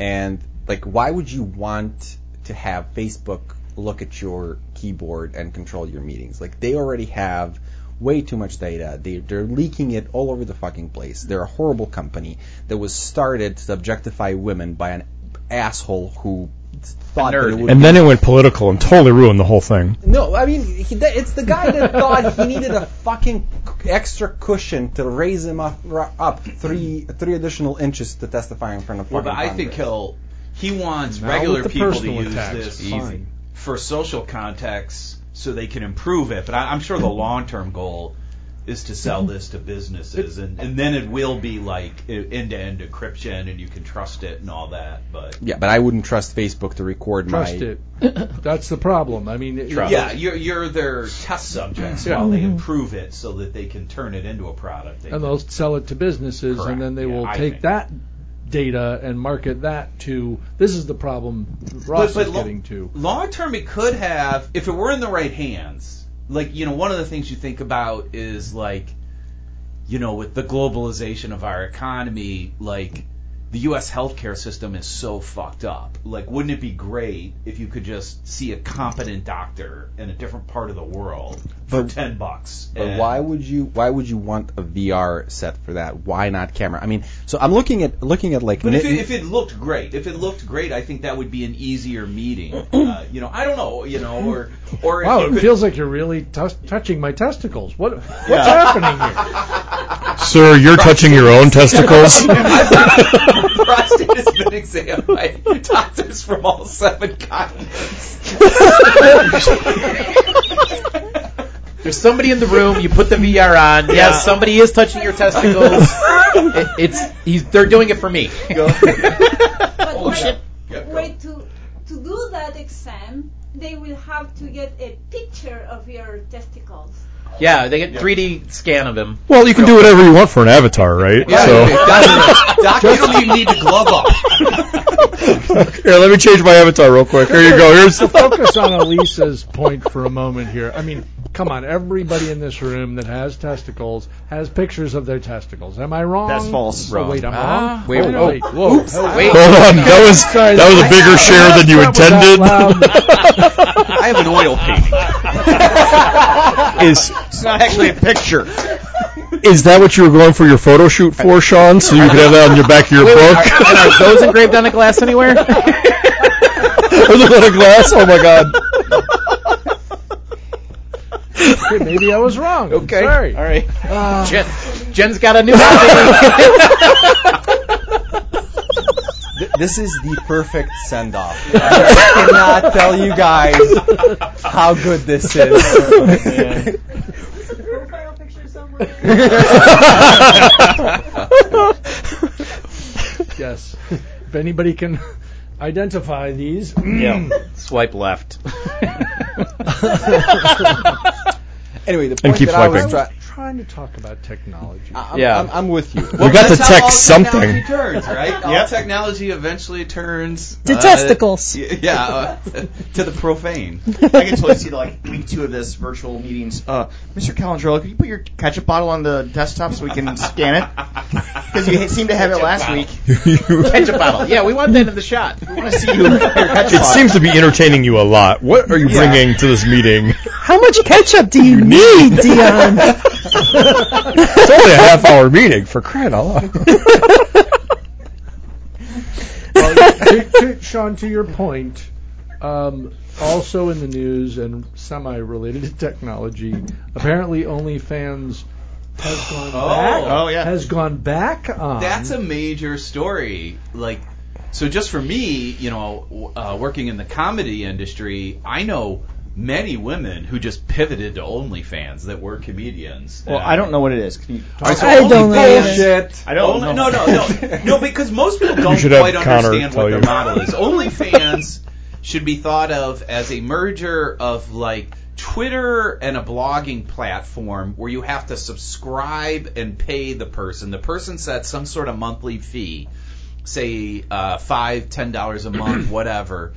C: And like, why would you want to have Facebook look at your keyboard and control your meetings? Like, they already have way too much data. They, they're leaking it all over the fucking place. They're a horrible company that was started to objectify women by an asshole who thought that it
B: nerd.
C: would
E: And
C: be
E: then it went political and totally ruined the whole thing.
C: no, I mean, he, that, it's the guy that thought he needed a fucking extra cushion to raise him up, r- up three three additional inches to testify in front of.
G: Well, but
C: fucking
G: I think
C: Congress.
G: he'll he wants
D: Now
G: regular
D: with the
G: people to
D: personal
G: use
D: attacks,
G: this
D: fine.
G: for social contexts so they can improve it. But I, I'm sure the long term goal is to sell this to businesses, and, and then it will be like end to end encryption, and you can trust it and all that. But
C: Yeah, but I wouldn't trust Facebook to record
D: Trust
C: my.
D: it. That's the problem. I mean, it-
B: Trust.
G: yeah, you're you're their test subjects
D: Yeah.
G: while they improve it so that they can turn it into a product. They
D: Mm-hmm. and they'll sell it to businesses,
G: Correct.
D: and then they
G: Yeah,
D: will
G: I
D: take
G: think.
D: that data and market that to. This is the problem Ross is getting to.
G: Long term, it could have, if it were in the right hands, like, you know, one of the things you think about is, like, you know, with the globalization of our economy, like, the U.S. healthcare system is so fucked up. Like, wouldn't it be great if you could just see a competent doctor in a different part of the world
C: But-
G: for ten bucks.
C: But
G: And
C: why would you why would you want a VR set for that? Why not camera? I mean, so I'm looking at looking at like
G: But if
C: Ni-
G: it, if it looked great, if it looked great, I think that would be an easier meeting. Uh, you know, I don't know. You know, or or
D: Wow,
G: if
D: it
G: you could-
D: feels like you're really tus touching my testicles. What what's
J: Yeah.
D: happening here?
E: Sir, you're touching your own testicles.
G: prostate has been examined by doctors from all seven continents.
B: There's somebody in the room. You put the VR on. Yes, somebody is touching your testicles. It- it's he's. They're doing it for me.
K: But
G: Oh,
K: wait,
G: shit. Yeah, go.
K: wait to to do that exam, they will have to get a picture of your testicles.
B: yeah, they get 3D scan of him.
E: well, you can do whatever you want for an avatar, right? so
G: Doc, you don't even need to glove up.
E: here, let me change my avatar real quick. Here you go. Here's
D: focus on Elisa's point for a moment here. I mean, come on, everybody in this room that has testicles has pictures of their testicles. Am I wrong?
J: That's false.
D: Oh, wait, I'm wrong.
B: Wait,
D: Oh,
B: whoa,
D: wait,
B: whoa,
D: whoa.
B: wait.
E: Hold on. That was
D: Sorry,
E: that was a bigger share than you
D: That was
E: intended.
D: out loud.
J: I have an oil painting.
E: Is
J: It's not actually a picture.
E: is that what you were going for your photo shoot for, Sean? So you could have that on your back of your book?
B: And are those engraved on a glass anywhere?
E: With a little glass. Oh my god.
D: Okay, maybe I was wrong. Okay. Sorry. Uh,
B: All right. Jen, Jen's got a new hobby.
C: Th- this is the perfect send off. I cannot tell you guys how good this is.
K: Is a profile picture somewhere?
D: Yes. If anybody can identify these,
B: Swipe left.
C: anyway, the point
E: keep
C: that I
E: swiping.
C: was
D: I
C: try-
D: was trying to talk about technology.
C: I'm,
B: Yeah.
C: I'm, I'm with you.
E: We got to
G: That's how all
E: text something.
G: technology Turns right. All
J: Yep.
G: technology eventually turns
H: To
G: uh,
H: testicles.
G: y- Yeah, uh, to the profane.
J: I can totally see like week two of this virtual meetings. Uh, Mr. Calandrella, could you put your ketchup bottle on the desktop so we can scan it? Because you seemed to have it last week.
B: Catch a bottle. Yeah, we want that in the shot.
J: I want to see you. Your ketchup
E: It seems to be entertaining you a lot. What are you bringing to this meeting?
H: How much ketchup do you need, Dion?
E: It's only a half hour meeting for crying out loud.
D: to, to, Sean, to your point, um, also in the news and semi-related to technology, apparently OnlyFans has gone back.
J: Oh, yeah.
D: has gone back on.
G: That's a major story. Like, so just for me, you know, w- uh, working in the comedy industry, I know many women who just pivoted to OnlyFans that were comedians.
J: Well, I don't know what it is. Can you-
G: All right, so
H: I don't know.
G: OnlyFans-
D: shit.
J: I don't
G: Only-
J: know.
G: No, no, no, no. Because most people don't
E: should have
G: quite
E: Connor
G: understand
E: tell
G: what their
E: you.
G: model is. OnlyFans should be thought of as a merger of like Twitter and a blogging platform where you have to subscribe and pay the person. The person sets some sort of monthly fee, say uh, five, ten dollars a month, whatever.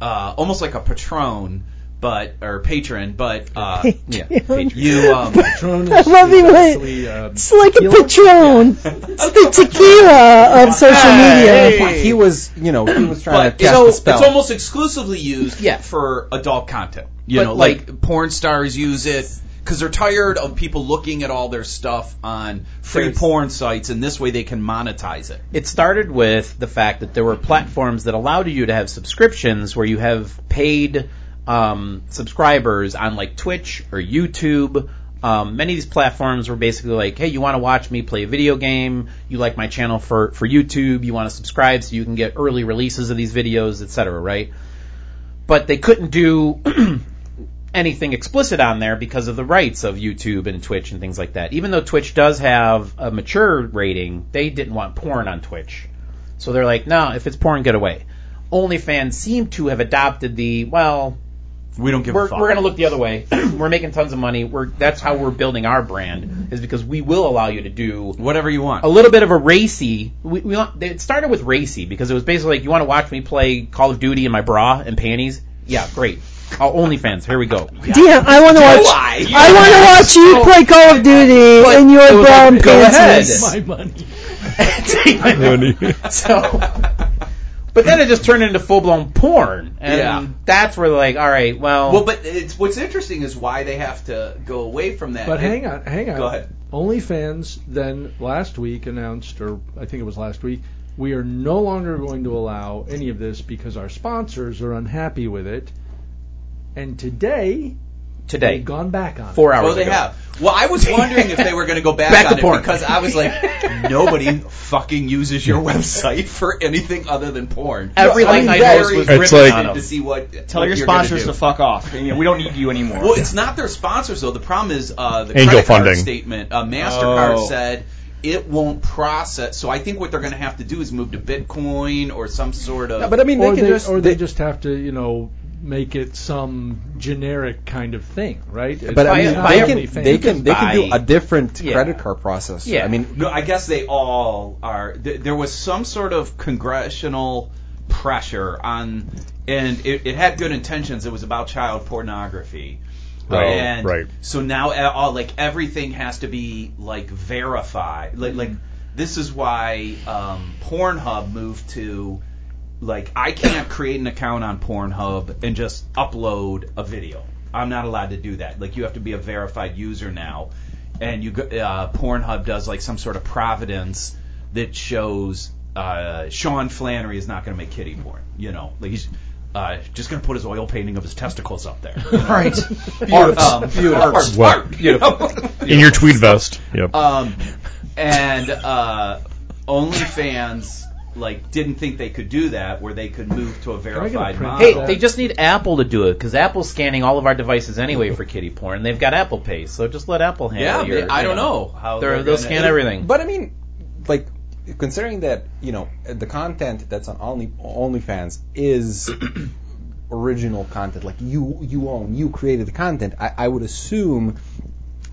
G: Uh, almost like a patron, but or patron, but uh, yeah, patron. you um,
D: Patron
H: I
D: is
H: love you, wait.
D: actually, um,
H: It's like a patron. It's the tequila of social media.
C: He was, you know, he was trying
G: But
C: to cast
G: so
C: the spell.
G: it's almost exclusively used
B: Yeah.
G: for adult content. You
B: But,
G: know, like, porn stars use it because they're tired of people looking at all their stuff on free
B: There's-
G: porn sites, and this way they can monetize it.
B: It started with the fact that there were platforms that allowed you to have subscriptions where you have paid um, subscribers on like Twitch or YouTube. Um, many of these platforms were basically like, hey, you want to watch me play a video game? You like my channel for, for YouTube? You want to subscribe so you can get early releases of these videos, etc. Right? But they couldn't do anything explicit on there because of the rights of YouTube and Twitch and things like that. Even though Twitch does have a mature rating, they didn't want porn on Twitch. So they're like, no, if it's porn, get away. OnlyFans seem to have adopted the, well,
G: We don't give
B: we're,
G: a fuck.
B: we're going to look the other way. we're making tons of money. We're, that's how we're building our brand, is because we will allow you to do
G: whatever you want.
B: a little bit of a racy. We, we want- it started with racy because it was basically like you want to watch me play Call of Duty in my bra and panties. Yeah, great. Oh, OnlyFans, here we go.
H: Dion, I want to watch.
G: I? You
H: I want to watch you play Call of Duty in
B: it
H: your
B: was
H: brown
B: like, go
H: panties.
B: ahead.
D: my money.
B: Take my- so, But then it just turned into full blown porn, and
G: Yeah.
B: that's where they're like, all right, well,
G: Well, Oh, but it's what's interesting is why they have to go away from that.
D: But
G: It-
D: hang on, hang on.
G: Go ahead.
D: OnlyFans then last week announced, or I think it was last week, we are no longer going to allow any of this because our sponsors are unhappy with it. And today,
B: today
D: they've gone back on
B: four
D: it.
B: hours
G: Oh, they
B: ago.
G: have. Well, I was wondering if they were going to go back,
B: Back to
G: on it
B: porn.
G: because I was like, nobody fucking uses your website for anything other than porn.
B: Everything
G: So I'm
B: I post
G: very
B: was
E: It's
G: riveted
E: like-
G: to see what
J: Tell
G: what
J: your
G: you're gonna
J: sponsors
G: do.
J: to fuck off. You know, we don't need you anymore.
G: Well, it's not their sponsors though. The problem is uh, the
E: Angel
G: credit card
E: funding.
G: statement. Uh, Mastercard
J: Oh.
G: said it won't process. So I think what they're going to have to do is move to Bitcoin or some sort of.
C: No, but uh, I mean, they
D: or
C: can
D: they,
C: just.
D: or
C: they-
D: they, just have to, you know, make it some generic kind of thing, right? It's
C: but I mean,
D: not
C: they
D: OnlyFans.
C: can, they can, they can do
B: buy-
C: a different
B: Yeah.
C: credit card process.
B: Yeah.
C: I mean,
G: No, I guess they all are. Th- there was some sort of congressional pressure on, and it, it had good intentions. It was about child pornography.
E: Right,
G: and
E: right.
G: So now, uh, all, like everything has to be like verified. Like, like this is why um, Pornhub moved to. Like I can't create an account on Pornhub and just upload a video. I'm not allowed to do that. Like you have to be a verified user now, and you go, uh, Pornhub does like some sort of providence that shows uh, Sean Flannery is not going to make kitty porn. You know, like he's uh, just going to put his oil painting of his testicles up there. You know?
J: right.
G: art, um, art,
E: Wow.
G: art, you know?
E: in your tweed vest. Yep.
G: um, and uh, OnlyFans like didn't think they could do that, where they could move to a
D: I get a
G: verified
D: print
G: model.
B: Hey, they just need Apple to do it because Apple's scanning all of our devices anyway for kitty porn. They've got Apple Pay, so just let Apple handle
G: Yeah,
B: your-
G: they- I
B: you
G: don't know how
B: They're-
G: they're
B: they'll
G: gonna-
B: scan everything.
C: but I mean, like considering that you know the content that's on Only OnlyFans is original content. Like you, you own, you created the content. I, I would assume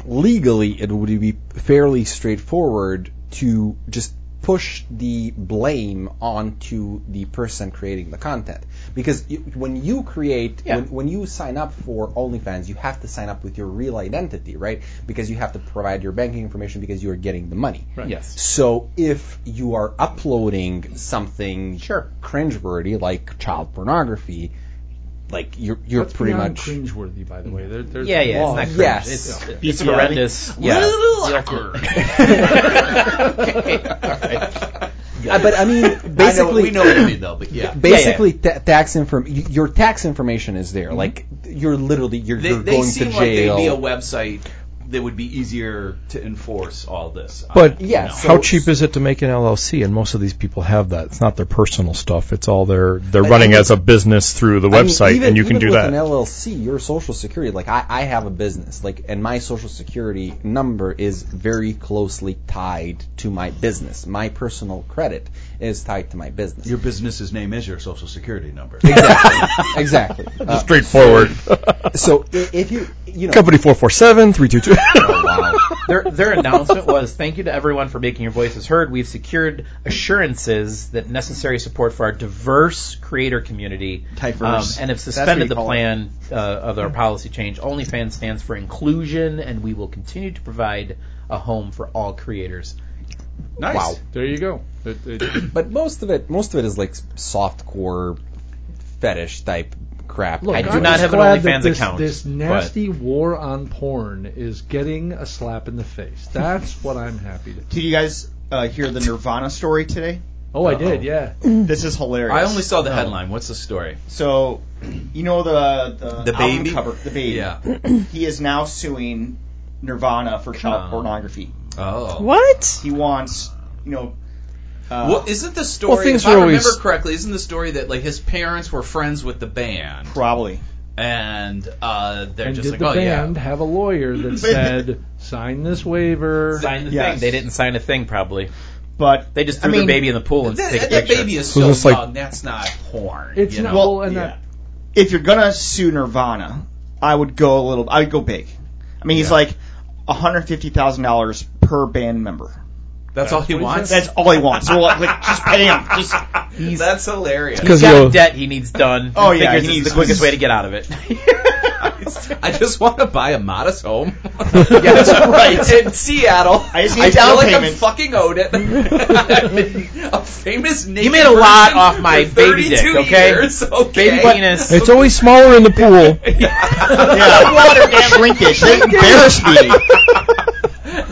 C: legally it would be fairly straightforward to just push the blame onto the person creating the content because you, when you create
B: Yeah.
C: when, when you sign up for OnlyFans you have to sign up with your real identity right because you have to provide your banking information because you are getting the money
D: Right.
B: Yes.
C: so if you are uploading something sure. cringeworthy like child pornography, like you're you're
D: That's
C: pretty
D: beyond
C: much
D: cringeworthy, by the way. There, there's
B: Yeah, yeah,
D: laws.
B: it's not cringe.
C: Yes.
B: It's, it's,
J: Yeah.
B: horrendous. Yeah. Okay, all right.
C: Uh, but I mean basically
G: I know, we know what you mean though, but yeah.
C: basically ta- tax inform y- your tax information is there like you're literally you're,
G: Mm-hmm. They,
C: you're
G: they
C: going
G: seem
C: to
G: like
C: jail
G: they'd be a website that would be easier to enforce all this.
E: But
G: on,
C: yeah, so-
E: how cheap is it to make an LLC? And most of these people have that. It's not their personal stuff. It's all their they're running as a business through the
C: I mean,
E: website,
C: even-
E: and you can
C: even
E: do
C: with
E: that.
C: An LLC, your social security, like I, I have a business, like, and my social security number is very closely tied to my business. My personal credit is tied to my business.
G: Your business's name is your social security number.
C: exactly, exactly. Uh,
E: Straightforward.
C: so
J: Uh,
C: i- if you, you know,
E: Company four four seven three two two.
B: their, their announcement was thank you to everyone for making your voices heard. We've secured assurances that necessary support for our diverse creator community um,
J: Diverse.
B: and have
J: That's what
B: suspended
J: you
B: the
J: call it.
B: plan uh, of our policy change. OnlyFans stands for inclusion, and we will continue to provide a home for all creators.
G: nice.
C: Wow.
D: There you go. It- it-
C: but most of it, most of it is like soft core fetish type crap.
D: Look,
B: I
D: I'm
B: do
D: just
B: not have an
D: glad that
B: OnlyFans
D: this,
B: account,
D: This
B: but-
D: nasty war on porn is getting a slap in the face. That's what I'm happy to.
J: Did you guys uh, hear the Nirvana story today?
D: Oh, I did, yeah.
J: This is hilarious.
G: I only
B: Oh.
G: saw the headline. What's the story?
J: So, you know the the,
G: The
J: album
G: baby?
J: cover, the baby.
G: Yeah.
J: He is now suing Nirvana for child
G: Oh.
J: pornography.
G: Oh.
H: What?
J: He wants, you know. Uh,
G: Well, isn't the story?
E: things
G: if
E: are
G: I remember
E: always-
G: correctly, isn't the story that like his parents were friends with the band,
J: probably.
G: and uh, they're
D: and
G: just
D: did
G: like,
D: the
G: oh
D: band
G: yeah,
D: have a lawyer that said, sign this waiver?
B: Sign the
J: Yes.
B: thing. They didn't sign a thing, probably.
J: But
B: They just
J: I
B: threw
J: mean,
B: their baby in the pool and
G: that,
B: take a
G: that- that
B: picture.
G: baby is
E: So
G: so
E: it's like-
G: young. That's not porn.
D: It's
G: you
D: not.
G: know?
D: Well, and
J: yeah. if you're gonna sue Nirvana, I would go a little. I would go big. I mean, he's like one hundred fifty thousand dollars per band member.
G: That's all he
D: what he
G: wants.
J: That's all he wants. So like, like, just pay him. Just
G: That's hilarious.
E: Because
B: He's got
E: you'll-
B: debt he needs done.
J: Oh,
B: He
J: yeah,
B: figures
J: he
B: it's
J: needs-
B: the quickest way to get out of it.
G: I just want to buy a modest home.
L: Yeah, that's right.
G: In Seattle.
L: I just need
G: I
L: down
G: feel like I'm
L: payment.
G: fucking owed it. I'm a famous naked
B: You made a lot
G: person
B: off my
G: for
B: baby dick,
G: 32
B: okay?
G: years, okay?
B: Baby penis.
E: It's always smaller in the pool.
G: Yeah.
J: Water shrinkage. They embarrass me.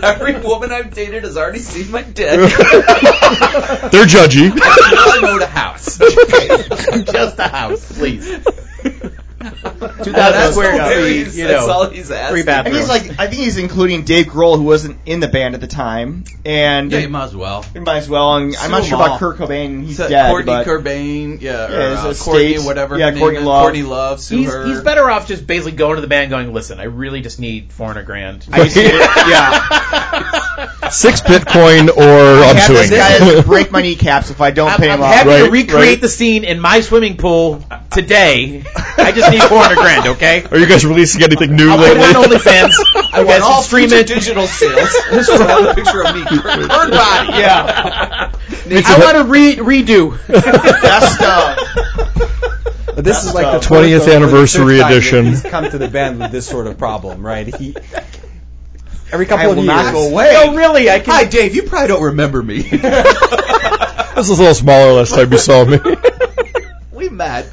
G: Every woman I've dated has already seen my dick.
E: They're judgy.
G: I own a house.
B: Just a house, please.
J: Two
B: thousand square feet, you know,
J: And
B: three
J: he's
B: bathrooms.
J: like, I think he's including Dave Grohl, who wasn't in the band at the time, and
G: Yeah, you might as well.
J: You might as well. And I'm
G: Sue
J: not
G: them
J: sure
G: all.
J: about Kurt Cobain. He's
G: So,
J: dead.
G: Courtney
J: but
G: Cobain, yeah, or,
J: Yeah, it's
G: uh,
J: a
G: Courtney,
J: state-
G: whatever.
J: yeah,
G: her name
J: Courtney
G: is.
J: Love.
G: Courtney Love. Sue
B: He's,
G: her.
B: he's better off just basically going to the band, going, "Listen, I really just need four hundred grand."
J: I just need it. Yeah.
E: Six Bitcoin or
J: I
E: I'm
J: have
E: suing.
J: this guy that's break my kneecaps if I don't
B: I'm,
J: pay
B: I'm
J: him off.
B: happy to
E: Right,
B: recreate
E: right.
B: the scene in my swimming pool today. I just need four hundred grand, okay?
E: Are you guys releasing anything new
B: I'll put it
E: lately?
B: on OnlyFans. I
G: I
B: you guys
G: want
B: can
G: all
B: stream
G: future
B: it.
G: digital sales. This is a picture of me. Burn body.
J: Yeah.
B: I want to re- redo.
J: That's uh,
C: But this is like the
E: 20th
C: fourth or
E: anniversary
C: third time that
E: edition.
C: He's come to the band with this sort of problem, right? He every couple
J: I
C: of
J: will
C: years.
J: not go away.
B: no, Oh, really, I can.
G: Hi, Dave. You probably don't remember me.
E: This was a little smaller last time you saw me.
G: we met.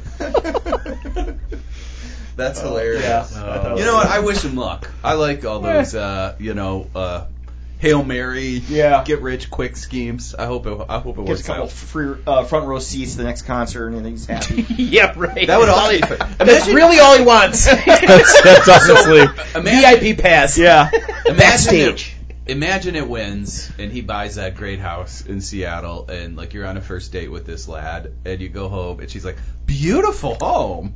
L: That's hilarious.
G: You know what? I wish him luck. I like all those, uh, you know, uh, hail mary,
J: Yeah.
G: get rich quick schemes. I hope it. I hope it
J: gives a
G: works
J: couple
G: out.
J: free uh, front row seats to the next concert, and he's happy.
B: yeah, right.
G: That would all.
B: That's
G: Imagine,
B: really all he wants.
E: that's, that's honestly.
G: imagine,
B: VIP pass.
J: yeah.
G: imagine it. Imagine it wins, and he buys that great house in Seattle, and like you're on a first date with this lad, and you go home, and she's like, "Beautiful home.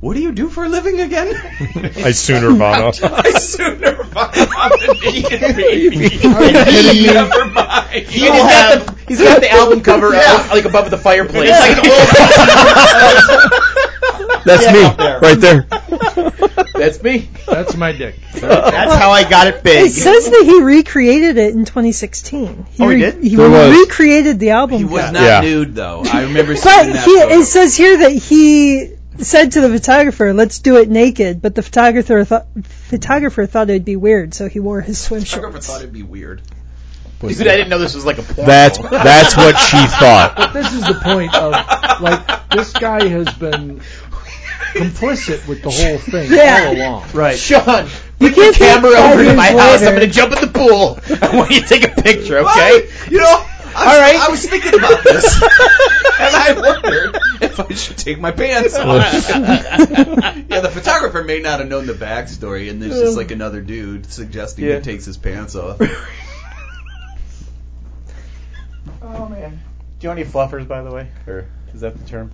G: What do you do for a living again?"
E: I sue Nirvana.
G: I sooner buy a vegan baby. Never mind.
B: And he's got the he's got the album cover up, like above the fireplace. Like an old-
E: That's me,
J: up there.
E: right there.
B: That's me.
D: That's my dick.
J: That's how I got it big.
H: It says that he recreated it in 2016. He
J: Oh, he
H: re-
J: did?
H: He
E: There was.
H: recreated the album.
G: He was
H: cover.
G: not
E: Yeah.
G: nude though. I remember
H: But
G: seeing that.
H: he,
G: photo.
H: it says here that he said to the photographer, "Let's do it naked." But the photographer thought photographer thought it'd be weird, so he wore his swim
G: Photographer thought
H: shorts.
G: it'd be weird.
B: Dude, I didn't know this was like a porn.
E: That's that's what she thought.
D: This is the point of like this guy has been complicit with the whole thing
H: Yeah.
D: all along.
B: right, Sean. Bring
H: can't
B: the
H: take
B: camera
H: five
B: over to
H: years
B: my house.
H: later.
B: I'm gonna jump in the pool. I want you to take a picture,
G: What?
B: okay?
G: You know, I was,
B: All right.
G: I was thinking about this, and I wondered if I should take my pants off. yeah, the photographer may not have known the backstory, and there's just like another dude suggesting he takes his pants off.
M: Oh man. Do you know any fluffers, by the way?
B: Or is that the term?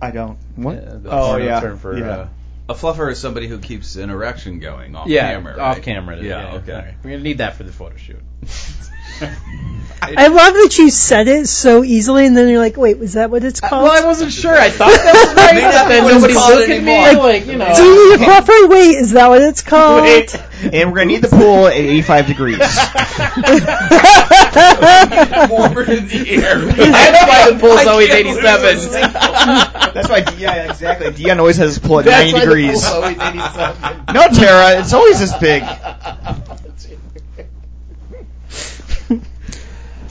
J: I don't. What?
M: Oh, porno yeah.
B: Term for,
J: Yeah. uh,
G: A fluffer is somebody who keeps an erection going off
B: yeah,
G: camera.
B: off
G: right?
B: camera.
G: Yeah, okay.
B: We're gonna need that for the photo shoot.
H: I love that you said it so easily, and then you're like, "Wait, was that what it's called?"
B: Well, I wasn't sure. I thought that was right,
G: not
B: but then
G: be what it's
B: nobody's
G: called
B: looking at me.
G: anymore.
B: Like you know.
H: do you need a proper wait? Is that what it's called?
B: Wait.
J: And we're gonna need the pool at 85 degrees.
G: Warmer in the air.
B: That's why the pool's
G: I
B: always
G: can't believe I was
B: 87.
J: That's why. Yeah, exactly. Dion always has his pool at
B: That's
J: 90
B: why the
J: degrees.
B: pool's always 87.
J: No, Tara, it's always this big.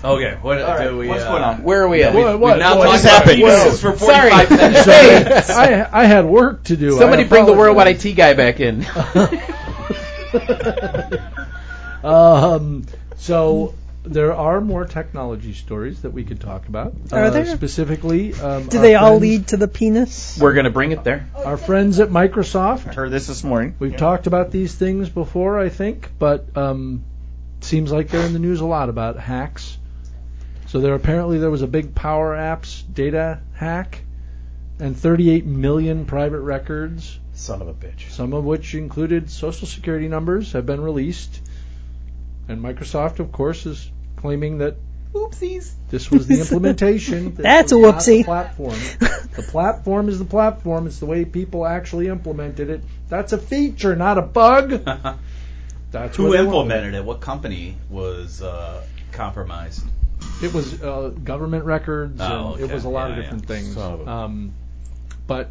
G: Okay, what do we?
J: What's
G: uh,
J: going on?
B: Where are we at?
D: What-
B: We've-
D: what-
B: we've not
D: what
B: talked
J: just
B: about
J: happened?
B: it.
J: This
B: Whoa.
J: is for 45 minutes.
B: Sorry.
D: Hey, I, I had work to do. I
B: Somebody bring the
D: apologize.
B: worldwide IT guy back in.
D: um, so there are more technology stories that we could talk about.
H: Are
D: Uh,
H: there?
D: Specifically, um,
H: Do
D: our
H: they all
D: friends-
H: lead to the penis?
B: We're gonna bring it there.
D: Our friends at Microsoft.
J: I heard this this morning.
D: We've talked about these things before, I think, but um, seems like they're in the news a lot about hacks. So there apparently there was a big Power Apps data hack, and 38 million private records,
B: Son of a bitch.
D: some of which included social security numbers, have been released. And Microsoft, of course, is claiming that
B: Oopsies.
D: this was the implementation. This
H: That's
D: was
H: a
D: not
H: whoopsie.
D: The platform. The platform is the platform. It's the way people actually implemented it. That's a feature, not a bug. That's
G: Who
D: what they
G: implemented it? What company was uh, compromised?
D: wanted. It was uh, government records.
G: Oh,
D: and
G: okay.
D: It was a lot
G: Yeah,
D: of different
G: yeah.
D: things.
B: Son of a-
D: Um, but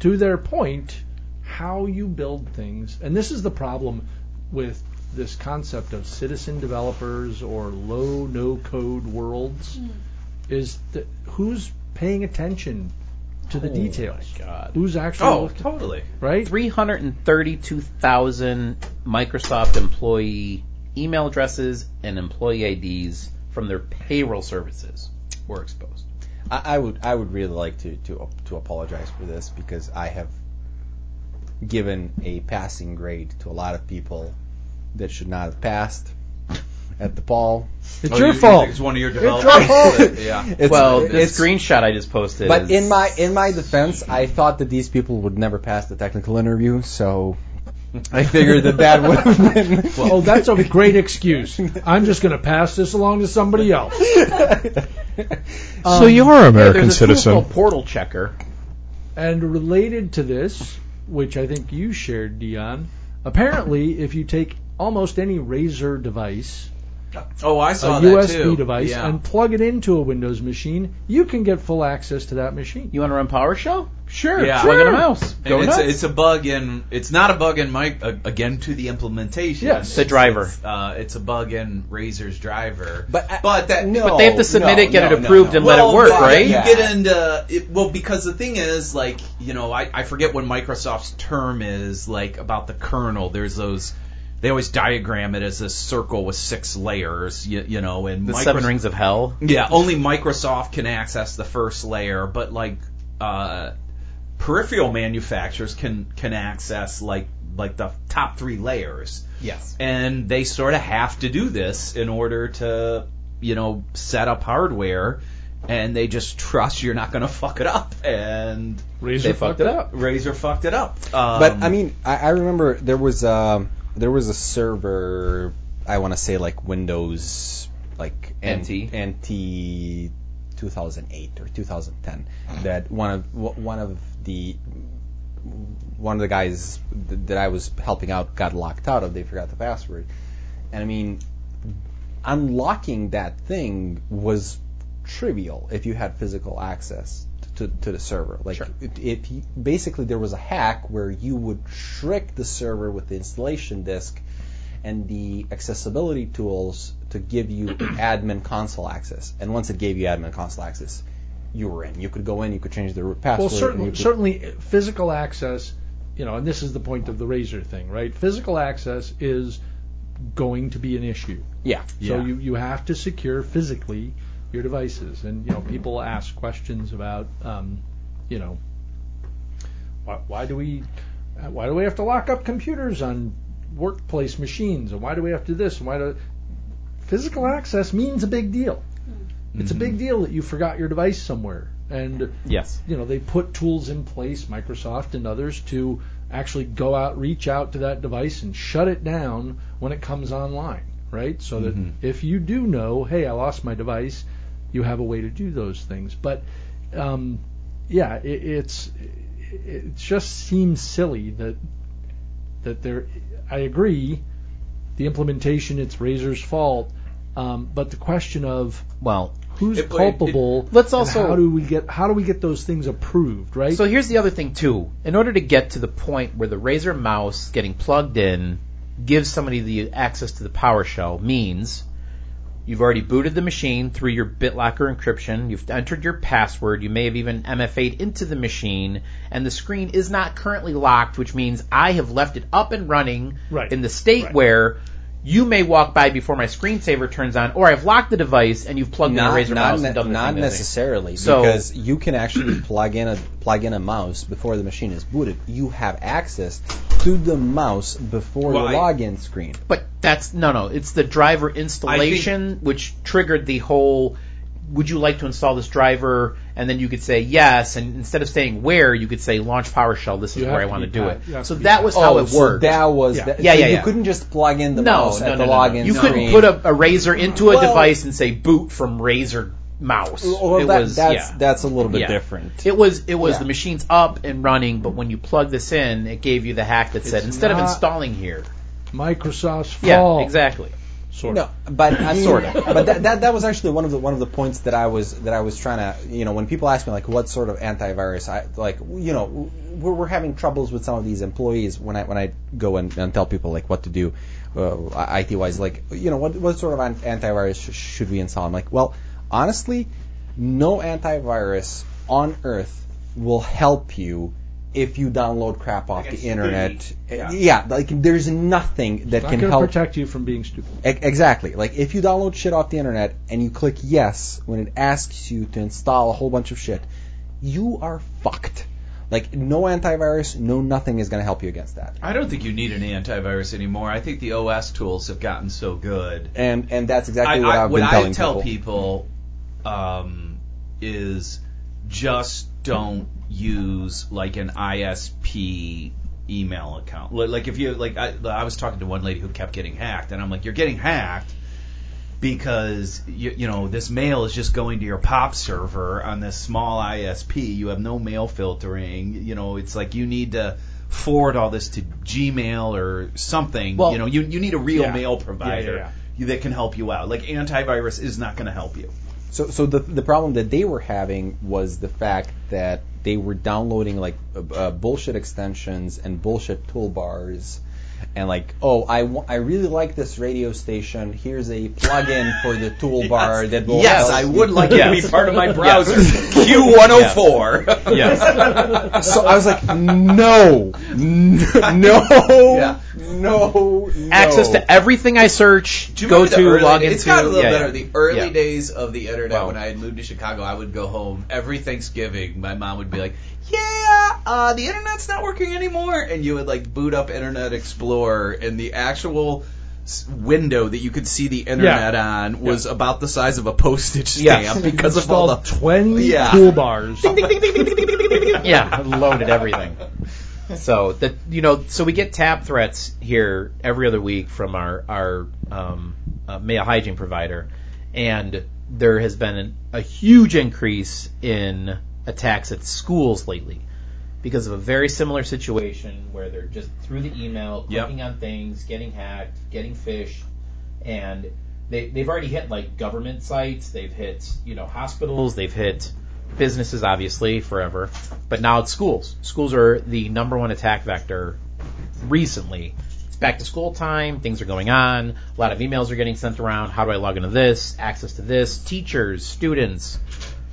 D: to their point, how you build things. And this is the problem with this concept of citizen developers or low no code worlds is that who's paying attention to
G: Oh,
D: the details? Who's actually
B: Oh,
D: looking-
B: totally.
D: Right?
B: 332,000 Microsoft employee email addresses and employee IDs from their payroll services were exposed.
C: I, I would I would really like to to to apologize for this because I have given a passing grade to a lot of people that should not have passed at the ball.
G: It's Oh, your you- you fault. think it's one of your It's your developers. fault. Yeah.
B: well, this screenshot I just posted.
C: But
B: is-
C: in my in my defense, I thought that these people would never pass the technical interview, so I figured that that would have been.
D: oh, that's a great excuse. I'm just going to pass this along to somebody else.
E: So you are an American citizen.
B: Portal checker.
D: And related to this, which I think you shared, Dion, apparently if you take almost any Razer device,
F: Oh, I saw
D: a
F: that
D: USB
F: too.
D: device,
F: Yeah.
D: and plug it into a Windows machine, you can get full access to that machine.
B: You want to run PowerShell?
D: Sure.
F: Yeah.
D: Plug in a mouse.
F: And
D: Go
F: it's, a,
D: nuts.
F: it's a bug in. It's not a bug in Mike. Uh, again, to the implementation.
B: Yes. The driver.
F: It's, uh, it's a bug in Razor's driver.
C: But
F: but that.
B: no, But they have to submit it, get it approved, and let it
F: Well,
B: work,
F: yeah,
B: right?
F: You
B: Yeah.
F: get into it, well because the thing is like you know I, I forget what Microsoft's term is like about the kernel. There's those. They always diagram it as a circle with six layers, you, you know, and
B: The
F: Microsoft-
B: Seven Rings of Hell.
F: yeah, only Microsoft can access the first layer, but like uh, peripheral manufacturers can can access like like the top three layers.
B: Yes.
F: And they sort of have to do this in order to, you know, set up hardware and they just trust you're not going to fuck it up and
D: Razor They fucked fucked it it up.
F: Razor fucked it up. Um,
C: but I mean, I, I remember there was a there was a server. I want to say like Windows, like
B: NT?
C: NT 2008 or 2010. That one of one of the one of the guys th- that I was helping out got locked out of. They forgot the password, and I mean, unlocking that thing was trivial if you had physical access to, to the server. Like it, it basically there was a hack where you would shrink the server with the installation disk and the accessibility tools to give you admin console access. And once it gave you admin console access, you were in. You could go in. You could change the root password.
D: Well,
C: and
D: certainly,
C: you could-
D: certainly, uh, physical access. You know, and this is the point of the razor thing, right? Physical access is going to be an issue.
C: Yeah.
D: So you you have to secure physically your devices, and you know, people ask questions about, um, you know, why, why do we uh, why do we have to lock up computers on workplace machines, and why do we have to do this, and why do physical access means a big deal. It's a big deal that you forgot your device somewhere. And
B: Yes.
D: you know, they put tools in place, Microsoft and others, to actually go out, reach out to that device and shut it down when it comes online, right? So that
B: Mm-hmm.
D: if you do know, hey, I lost my device, you have a way to do those things. But um, yeah, it, it's it just seems silly that that there. I agree, the implementation it's Razor's fault, um, but the question of
B: well,
D: who's
B: It- it-
D: culpable?
B: it- let's
D: and
B: also-
D: how do we get how do we get those things approved, right?
B: So here's the other thing too. In order to get to the point where the Razer mouse getting plugged in gives somebody the access to the PowerShell means you've already booted the machine through your BitLocker encryption, you've entered your password, you may have even MFA'd into the machine, and the screen is not currently locked, which means I have left it up and running
D: Right.
B: in the state where you may walk by before my screensaver turns on, or I've locked the device and you've plugged
C: not,
B: in a Razer
C: not
B: mouse
C: ne-
B: and done the
C: not
B: thing that they-
C: necessarily
B: So-
C: because you can actually plug in a plug in a mouse before the machine is booted. You have access to the mouse before
B: Well,
C: the
B: I-
C: login screen.
B: But that's no, no. It's the driver installation which triggered the whole. Would you like to install this driver? And then you could say yes, and instead of saying where, you could say launch PowerShell. This is
D: You
B: where
D: have
B: I
D: to
B: want to
D: be
B: do
D: pa- you
B: it.
D: have
B: So
D: to be
B: that was how Oh, it
C: Oh, so
B: worked.
C: That was
B: Yeah,
C: that,
B: yeah,
C: so
B: yeah.
C: You
B: yeah.
C: couldn't just plug in the
B: no,
C: mouse
B: no,
C: at
B: no,
C: the
B: no,
C: login.
B: no. You
C: screen.
B: couldn't put a, a razor into a device and say boot from razor mouse.
C: Well,
B: it
C: that-
B: was
C: that's
B: yeah.
C: that's a little bit
B: Yeah.
C: different.
B: It was it was
C: Yeah.
B: the machine's up and running, but when you plug this in, it gave you the hack that said
D: It's
B: instead of
D: not-
B: installing here,
D: Microsoft's fault.
B: yeah, exactly.
D: Sort
C: no,
D: of.
C: but I mean,
D: Sort of.
C: but that, that that was actually one of the one of the points that I was that I was trying to you know when people ask me like what sort of antivirus I like you know we're, we're having troubles with some of these employees when I when I go and, and tell people like what to do uh, IT wise like you know what what sort of an- antivirus sh- should we install I'm like well honestly no antivirus on earth will help you if you download crap off the internet yeah. like there's nothing that
D: Not
C: can
D: gonna
C: help
D: protect you from being stupid.
C: E- Exactly. Like if you download shit off the internet and you click yes when it asks you to install a whole bunch of shit, you are fucked. Like no antivirus, no nothing is going to help you against that.
F: I don't think you need an antivirus anymore. I think the OS tools have gotten so good.
C: And and that's
F: I,
C: exactly what
F: I,
C: I've
F: what
C: been
F: I
C: telling
F: tell
C: people.
F: people, um, is just don't use like an ISP email account. Li- Like if you like, I, I was talking to one lady who kept getting hacked, and I'm like, you're getting hacked because you, you know this mail is just going to your pop server on this small ISP. You have no mail filtering. You know, it's like you need to forward all this to Gmail or something. you know, you you need a real
G: Yeah.
F: mail
G: Yeah, yeah,
F: provider
G: yeah.
F: you- that can help you out. Like antivirus is not going to help you.
C: So so the the problem that they were having was the fact that they were downloading like uh, uh, bullshit extensions and bullshit toolbars. And like, oh, I wa- I really like this radio station. Here's a plugin for the toolbar that will.
F: Yes,
C: help
F: I
C: you."
F: would like it to be part of my browser.
C: Yes.
F: Q104.
C: Yes. So I was like, no, n- no, no, no.
B: Access to everything I search.
F: Do you
B: Go
F: remember
B: to
F: the early,
B: log into.
F: It's got a little
B: yeah,
F: better.
B: yeah.
F: The early
B: Yeah.
F: days of the internet,
B: Wow.
F: when I had moved to Chicago, I would go home every Thanksgiving. My mom would be like, "Yeah, uh, the internet's not working anymore," and you would like boot up Internet Explorer, and the actual s- window that you could see the internet on was about the size of a postage stamp because of all the
D: twenty
F: Yeah.
D: toolbars.
B: yeah, loaded everything. So that you know, so we get tab threats here every other week from our our um, uh, mail hygiene provider, and there has been an, a huge increase in attacks at schools lately because of a very similar situation where they're just through the email
F: Yep.
B: clicking on things, getting hacked, getting fished, and they they've already hit like government sites, they've hit you know hospitals, they've hit businesses obviously forever, but now it's schools. Schools are the number one attack vector recently. It's back to school time, things are going on, a lot of emails are getting sent around. How do I log into this? Access to this? Teachers, students,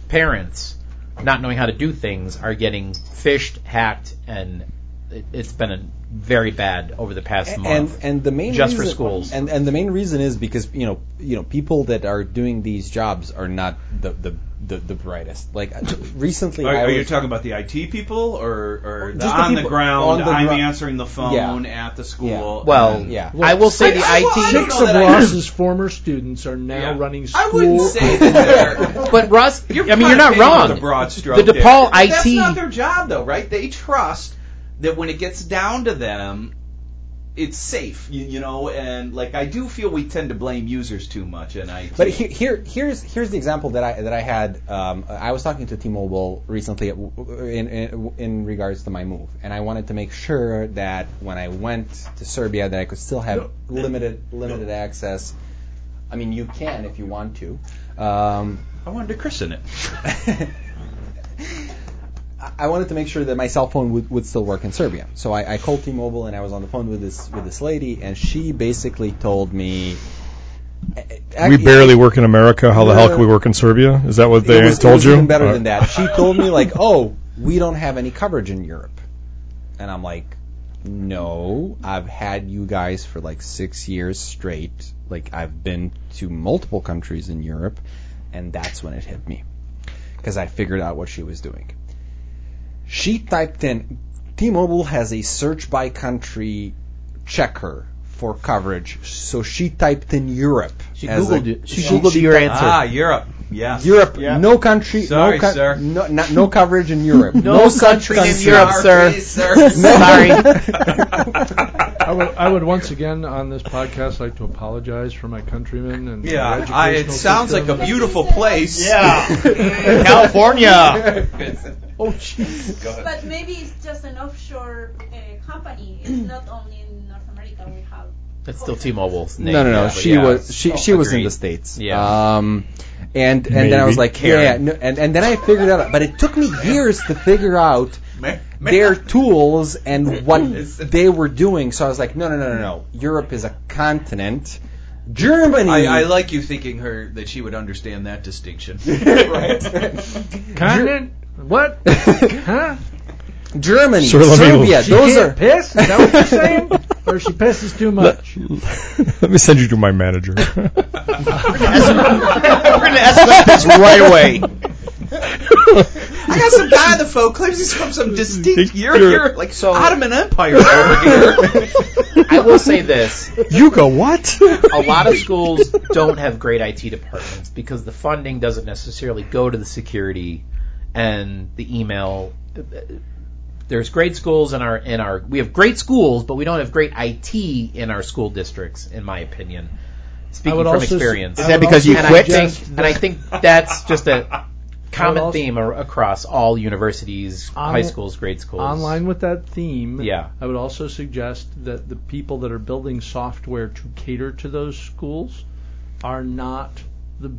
B: parents, not knowing how to do things, are getting fished, hacked, and it, it's been a very bad over the past
C: and
B: month.
C: and the main
B: just for
C: reason,
B: schools.
C: and and the main reason is because you know you know people that are doing these jobs are not the the the, the brightest. Like recently,
G: Are,
C: I
G: are
C: was,
G: you talking about the IT people or, or the
C: Just the
G: on the
C: people-
G: ground?
C: on the
G: I'm
C: gro-
G: answering the phone at the school.
B: Well,
G: and-
B: yeah. I will say the IT.
D: Six of Ross's former students are now running school. I wouldn't
G: say that
B: but Ross, I mean,
G: kinda
B: you're not
G: painting
B: wrong.
G: with a broad stroke
B: The
G: there.
B: DePaul
G: But That's
B: IT
G: not their job, though, right? They trust that when it gets down to them, it's safe, you, you know. And like, I do feel we tend to blame users too much in IT.
C: But he- here, here's here's the example that I that I had. Um, I was talking to T-Mobile recently in, in in regards to my move, and I wanted to make sure that when I went to Serbia, that I could still have limited limited access. I mean, you can if you want to. Um,
F: I wanted to christen it.
C: I- I wanted to make sure that my cell phone would, would still work in Serbia. So I, I called T-Mobile and I was on the phone with this with this lady, and she basically told me.
E: we barely work in America. How the hell can we work in Serbia? Is that what they
C: it was,
E: told
C: it was
E: you?
C: Even better
E: Uh,
C: than that. She told me like, "Oh, we don't have any coverage in Europe," and I'm like, "No, I've had you guys for like six years straight. Like, I've been to multiple countries in Europe, and that's when it hit me because I figured out what she was doing." She typed in, "T-Mobile has a search by country checker." For coverage, so she typed in Europe.
B: She
C: as
B: Googled
C: a-
B: it. She Googled your answer.
F: Ah, Europe. Yes.
C: Europe, no country,
F: Sorry,
C: no, co-
F: sir.
C: no, no, no coverage in Europe.
B: No
C: such
B: country in Europe, sir. Sorry, sir.
D: I would, I would once again on this podcast like to apologize for my countrymen and their
G: Yeah,
D: educational
G: I, it sounds like
D: system.
G: a beautiful place.
D: oh, jeez.
K: But maybe it's just an offshore uh, company. It's not only in North America we have.
B: That's still T-Mobile.
C: No, no, no. she was she she was in the states. Yeah. Um, and and then I was
B: Maybe.
C: like, yeah, yeah, no, and and then I figured out, but it took me years to figure out their tools and what they were doing. So I was like, no, no, no, no, no. Europe is a continent. Germany.
F: I, I like you thinking her that she would understand that distinction.
D: Continent? What? huh?
C: Germany,
E: Sure, let me-
C: Serbia.
E: She
C: those
E: can't
C: are
D: piss. Is that what you're saying? or she pisses too much?
E: Let me send you to my manager.
J: We're gonna escalate this right away.
F: I got some guy in the phone claims he's from some distinct You're you're like
B: So-
F: Ottoman Empire over here.
B: I will say this:
E: you go what?
B: a lot of schools don't have great IT departments because the funding doesn't necessarily go to the security and the email. There's great schools in our in our we have great schools, but we don't have great IT in our school districts, in my opinion. Speaking
D: would
B: from
D: also s-
B: experience,
D: I
J: Is that because you
B: and
J: quit?
B: I think, and I think that's just a common theme ar- across all universities,
D: On-
B: high schools, grade schools.
D: Online with that theme,
B: Yeah.
D: I would also suggest that the people that are building software to cater to those schools are not the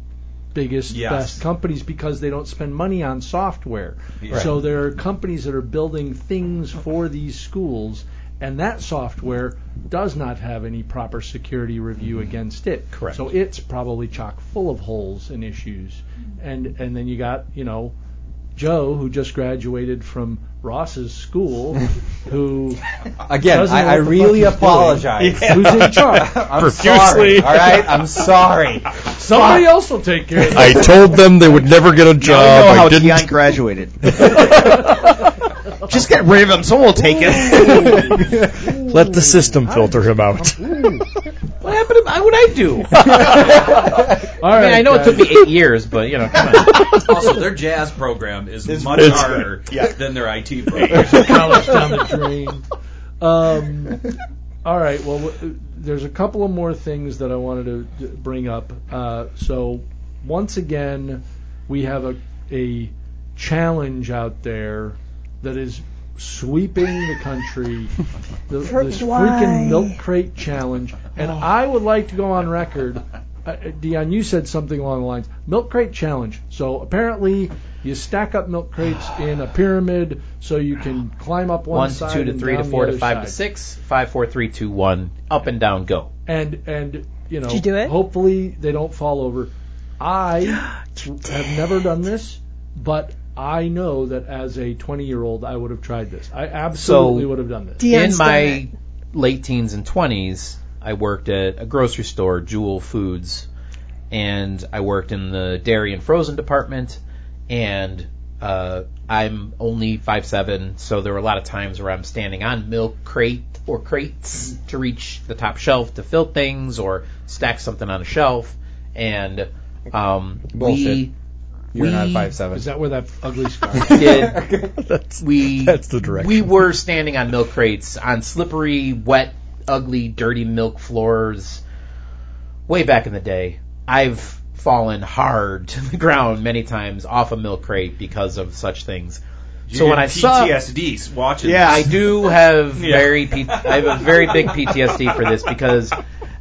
D: biggest,
F: Yes.
D: best companies because they don't spend money on software.
F: Yeah.
D: So there are companies that are building things for these schools, and that software does not have any proper security review against it.
B: Mm-hmm. Correct.
D: So it's probably chock full of holes and issues. And and then you got, you know, Joe, who just graduated from Ross's school, who
C: again.
D: doesn't
C: I,
D: know
C: I
D: what the
C: really
D: fuck he's doing.
C: apologize.
D: who's in charge.
C: I'm
E: Profusely.
C: sorry. All right, I'm sorry.
D: Somebody else will take care of
E: I told them they would never get a
J: I
E: job.
J: know
E: I
J: how
E: didn't.
J: Dion graduated. Just get rid of him. Someone will take it.
E: Let the system filter him out.
B: what happened? To, what I do?
D: it. All
B: I
D: right,
B: mean, I know
D: guys.
B: it took me eight years, but you know, come on.
G: also, their jazz program is much
E: it's-
G: harder than their IT program.
D: Here's your college down the drain. Um, all right. Well, w- there's a couple of more things that I wanted to d- bring up. Uh, so, once again, we have a a challenge out there that is sweeping the country. The, this
H: Why?
D: freaking milk crate challenge, and I would like to go on record. Uh, Dion, you said something along the lines milk crate challenge. So apparently, you stack up milk crates in a pyramid so you can climb up one,
B: one to
D: side
B: two to
D: and
B: three to
D: down the
B: four to
D: other
B: five
D: side.
B: to six, five, four, three, two, one, up and down, go.
D: and and you know
H: Did you do it?
D: hopefully they don't fall over i have never done this but i know that as a 20 year old i would have tried this i absolutely
B: So-
D: would have done this
H: Dion's
B: In
H: done
B: my
H: it.
B: late teens and twenties, I worked at a grocery store, Jewel Foods, and I worked in the dairy and frozen department. And uh, I'm only five seven, so there were a lot of times where I'm standing on milk crate or crates to reach the top shelf to fill things or stack something on a shelf. And um,
C: Bullshit.
B: we
C: You're
B: we-
C: not five seven.
D: is that where that ugly scar
B: did
E: That's
B: we
E: That's the direction.
B: we were standing on milk crates on slippery, wet, ugly, dirty milk floors way back in the day. I've fallen hard to the ground many times off a milk crate because of such things. so when I saw
G: PTSD watching,
J: Yeah,
B: I do have very P- I have a very big PTSD for this because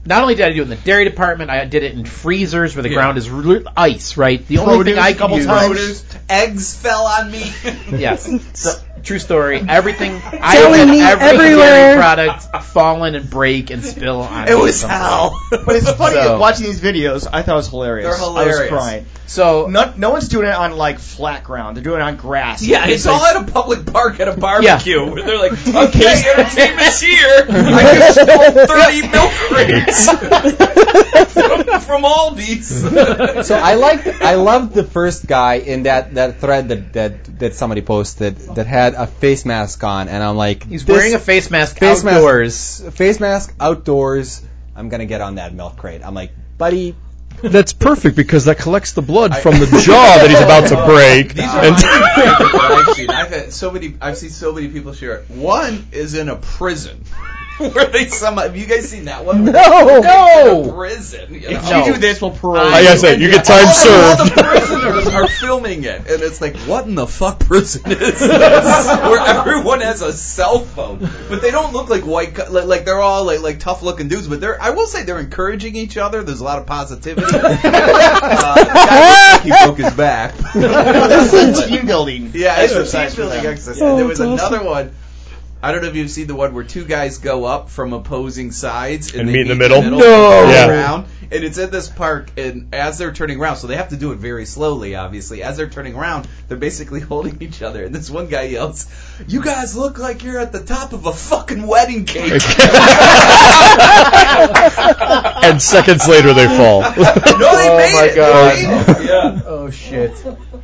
B: not only did I do it in the dairy department, I did it in freezers where the
G: Yeah.
B: ground is r- ice, right? The only thing
J: Produce
B: I
J: a
B: can
J: couple
B: do
J: times.
F: eggs fell on me.
B: Yes. So, true story. Everything. I
H: Telling
B: had
H: me
B: every
H: everywhere.
B: dairy product fallen and break and spill on
J: It was
B: something.
J: hell. But it's funny
B: So-
J: watching these videos. I thought it was hilarious.
F: They're
J: I was
F: hilarious.
J: crying.
B: So
J: No, no one's doing it on like flat ground. They're doing it on grass.
G: Yeah, it's all at a public park at a barbecue. Where they're like, okay, entertainment's here. I just stole 30 milk crates from, from Aldi's.
C: So I liked, I loved the first guy in that, that thread that, that that somebody posted that had a face mask on, and I'm like,
B: he's
C: this
B: wearing a face mask
C: face mask-
B: outdoors.
C: face mask outdoors. I'm gonna get on that milk crate. I'm like, buddy,
E: That's perfect because that collects the blood from the jaw that he's about to break.
F: These are
E: And-
F: my favorite that I've seen. I've had so many. I've seen so many people share. it. One is in a prison.
G: Where they some? Have you guys seen that one?
H: No.
G: They're
H: No.
G: in Prison. You know?
J: If you do this, we'll parole
E: Like I said, you get time
G: all,
E: served.
G: All the prisoners are filming it, and it's like, what in the fuck prison is this? Where everyone has a cell phone, but they don't look like white. co- Like, like they're all like like tough looking dudes, but they're. I will say they're encouraging each other. There's a lot of positivity. uh, the guy looks like he broke his back.
J: This is team building.
G: Yeah, it's a team
J: Exercise for
G: building
J: them.
G: exercise.
J: Yeah.
G: And there was
J: Oh, that's
G: another one. I don't know if you've seen the one where two guys go up from opposing sides and,
E: And
G: they
E: meet in the middle?
G: and
E: No.
G: turn
E: Yeah.
G: around. And it's at this park, and as they're turning around, so they have to do it very slowly, obviously. As they're turning around, they're basically holding each other. And this one guy yells, "You guys look like you're at the top of a fucking wedding cake."
E: and seconds later they fall.
G: oh
B: my god.
G: yeah.
B: Oh shit.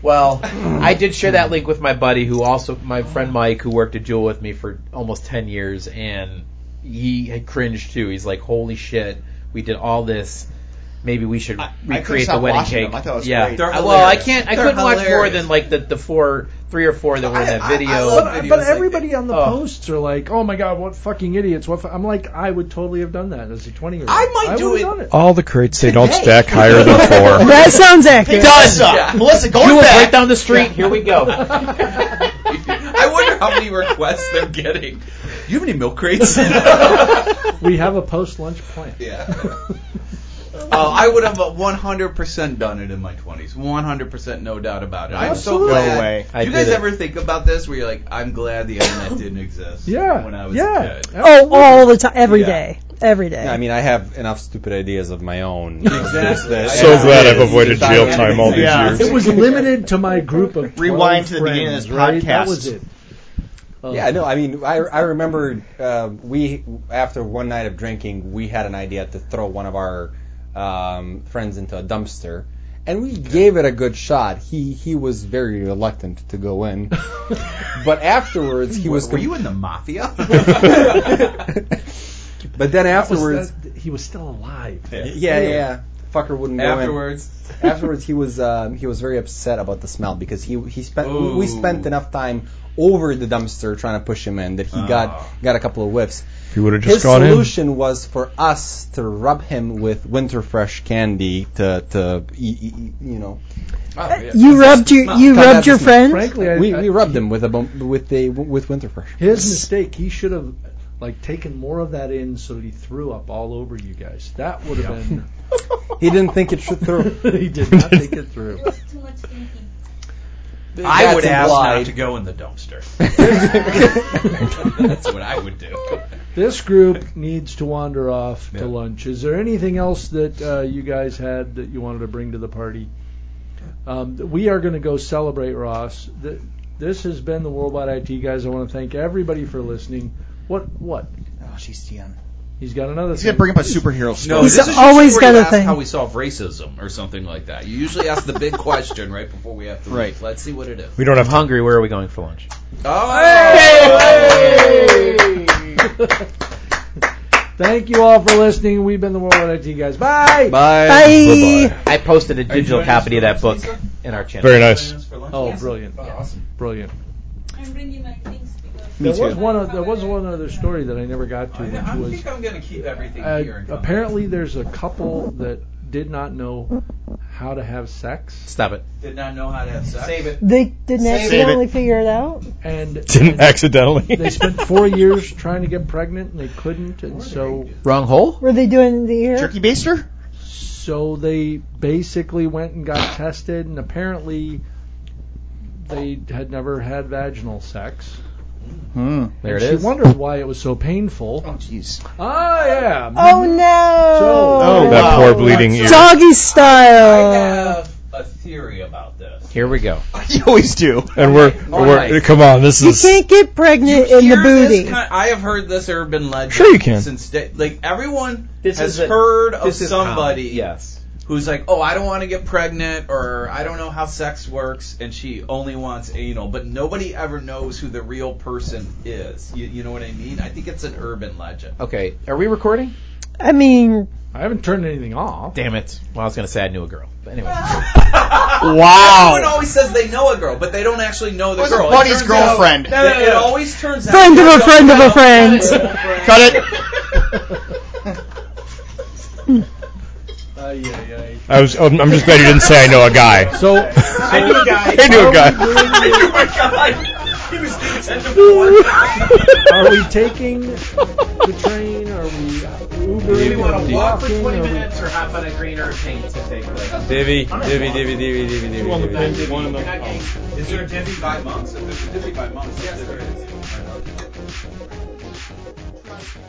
B: Well, I did share that link with my buddy who also my friend Mike who worked at Jewel with me for almost 10 years and he had cringed too. He's like, "Holy shit, we did all this. Maybe we should
J: I couldn't
B: recreate the
J: stop
B: wedding
J: watching
B: cake."
J: them. I thought it was
B: yeah.
J: great. They're
B: I- well, I
J: hilarious.
B: can't I
J: They're
B: couldn't watch more
J: hilarious.
B: than like the the four three or four that were in that video.
D: But, but everybody on the posts are like, "Oh my god, what fucking idiots!" What fu-" I'm like, I would totally have done that as a 20 year old. I might do it. Done it.
E: All the crates they don't stack higher than four.
H: That sounds accurate.
J: Melissa, Melissa, going
B: You was
J: back.
B: right down the street. Here we go.
G: I wonder how many requests they're getting. You have any milk crates?
D: We have a post lunch plan.
G: Yeah. Uh, I would have 100% done it in my 20s. 100% no doubt about it. I'm so
D: Absolutely.
G: glad.
J: No way.
B: I
G: Do you guys
B: did it.
G: ever think about this where you're like, I'm glad the internet didn't exist
D: Yeah.
G: when I was
D: yeah.
G: a kid?
H: Oh, all the time, every
G: Yeah.
H: day, every day.
C: I mean, I have enough stupid ideas of my own. Just that-
E: So
C: Yeah.
E: glad I've
C: Yeah.
E: avoided
C: Just
E: jail
C: thought
E: time all these
J: Yeah.
E: years.
D: It was limited to my group of 12
J: Rewind to the beginning of
D: friends,
J: this
D: right?
J: podcast.
D: That was it. Uh,
C: Yeah, no, I mean, I, I remember uh, we after one night of drinking, we had an idea to throw one of our um, friends into a dumpster, and we gave it a good shot. He he was very reluctant to go in, but afterwards he
G: Were,
C: was.
G: were you in the mafia?
C: but then
D: that was-
C: afterwards,
D: that- he was still alive.
C: yeah, yeah, yeah, fucker wouldn't go in.
G: Afterwards,
C: afterwards he was um, he was very upset about the smell because he he spent we-
G: Ooh.
C: we spent enough time over the dumpster trying to push him in that
D: Ah.
C: he got got a couple of whiffs.
E: If you would have just
C: His
E: gone in.
C: solution was for us to rub him with winter fresh candy to to e- e- e- you know
H: you rubbed your you
C: Combat
H: rubbed your
C: business.
H: friend.
D: Frankly, I,
C: we,
D: I-
C: we rubbed him with a bum- with a with winter fresh.
D: His mistake. He should have like taken more of that in, so he threw up all over you guys. That would have
C: He didn't think it should through.
D: been. he did not think it through.
K: It was too much thinking.
G: I would
C: That's
G: ask
C: implied.
G: not to go in the dumpster. That's what I would do.
D: This group needs to wander off to lunch. Is there anything else that uh, you guys had that you wanted to bring to the party? Um, we are going to go celebrate Ross. Th- This has been the Worldwide IT guys. I want to thank everybody for listening. What? What?
J: Oh, she's young.
D: He's got another.
J: He's
D: thing.
J: gonna bring up a superhero story.
G: No,
H: He's
G: this is
H: always got
G: usually where you
H: a
G: ask
H: thing.
G: How we solve racism or something like that. You usually ask the big question right before we have to. leave.
J: Right.
G: Let's see what it is.
E: We don't
B: I'm
E: have time.
B: hungry. Where are we going for lunch?
G: Oh.
D: Thank you all for listening. We've been the Worldwide IT guys. Bye.
C: Bye.
H: Bye.
B: I posted a digital
G: joining us
B: copy of
G: for
B: that book
G: lunch, Lisa?
B: in our channel.
E: Very nice.
D: Oh, brilliant. Brilliant.
K: I'm bringing my things because
D: There was one. oth- There was one other story that I never got to,
G: I
D: which was
G: think Oh, I'm gonna keep everything
D: Uh,
G: here. and come
D: apparently, there's a couple that did not know how to have sex,
B: Stop it.
G: back. did not know how to have sex. Save it.
H: They didn't
J: Save
H: accidentally figure it out.
D: and
E: Didn't
D: they
E: accidentally.
D: spent four years trying to get pregnant and they couldn't, and so
B: Wrong hole?
H: Were they doing the ear?
J: Jerky baster?
D: so they basically went and got tested, and apparently. They had never had vaginal sex.
J: Hmm.
B: There it
D: and
B: is.
D: She wondered why it was so painful.
J: Oh, jeez.
D: Ah, yeah.
H: Oh no!
D: So-
E: Oh, that poor bleeding ear.
H: Doggy style.
G: I have a theory about this.
B: Here we go.
J: you always do.
E: And we're, we're come on, this
H: you
E: is
H: can't get pregnant in the
G: Hear this
H: booty.
G: kind- I have heard this urban legend.
E: Sure you can.
G: Since day, like everyone
B: This
G: has
B: is a-
G: heard of
B: this is
G: somebody
B: common, yes.
G: who's like, oh, I don't want to get pregnant or I don't know how sex works, and she only wants anal, but nobody ever knows who the real person is. You, you know what I mean? I think it's an urban legend.
B: Okay. Are we recording?
H: I mean,
D: I haven't turned anything off.
B: Damn it. Well, I was going to say I knew a girl. But anyway.
H: Oh.
G: wow. Everyone always says they know a girl, but they don't actually know the
J: was
G: girl. It
J: Buddy's
G: turns out-
J: girlfriend.
G: No, no, no, it always turns out.
H: Friend of
G: they
H: a
G: don't
H: friend of
G: know.
H: a friend.
J: Cut it.
E: I was. I'm I'm just glad you didn't say I know a guy.
D: So
E: I
I: knew a guy.
E: I knew a guy.
D: Are we taking the train? Are we Ubering?
I: Do we want
D: Are
I: to
D: we
I: walk for
D: walking?
I: 20
D: Are we-
I: minutes or hop on a green or a paint to take place?
N: Divvy, divvy, divvy, divvy, divvy, divvy.
D: on the
N: divvy.
D: bench, one on the-
G: Is there a divvy by months? If there's a divvy by months, yes, there is.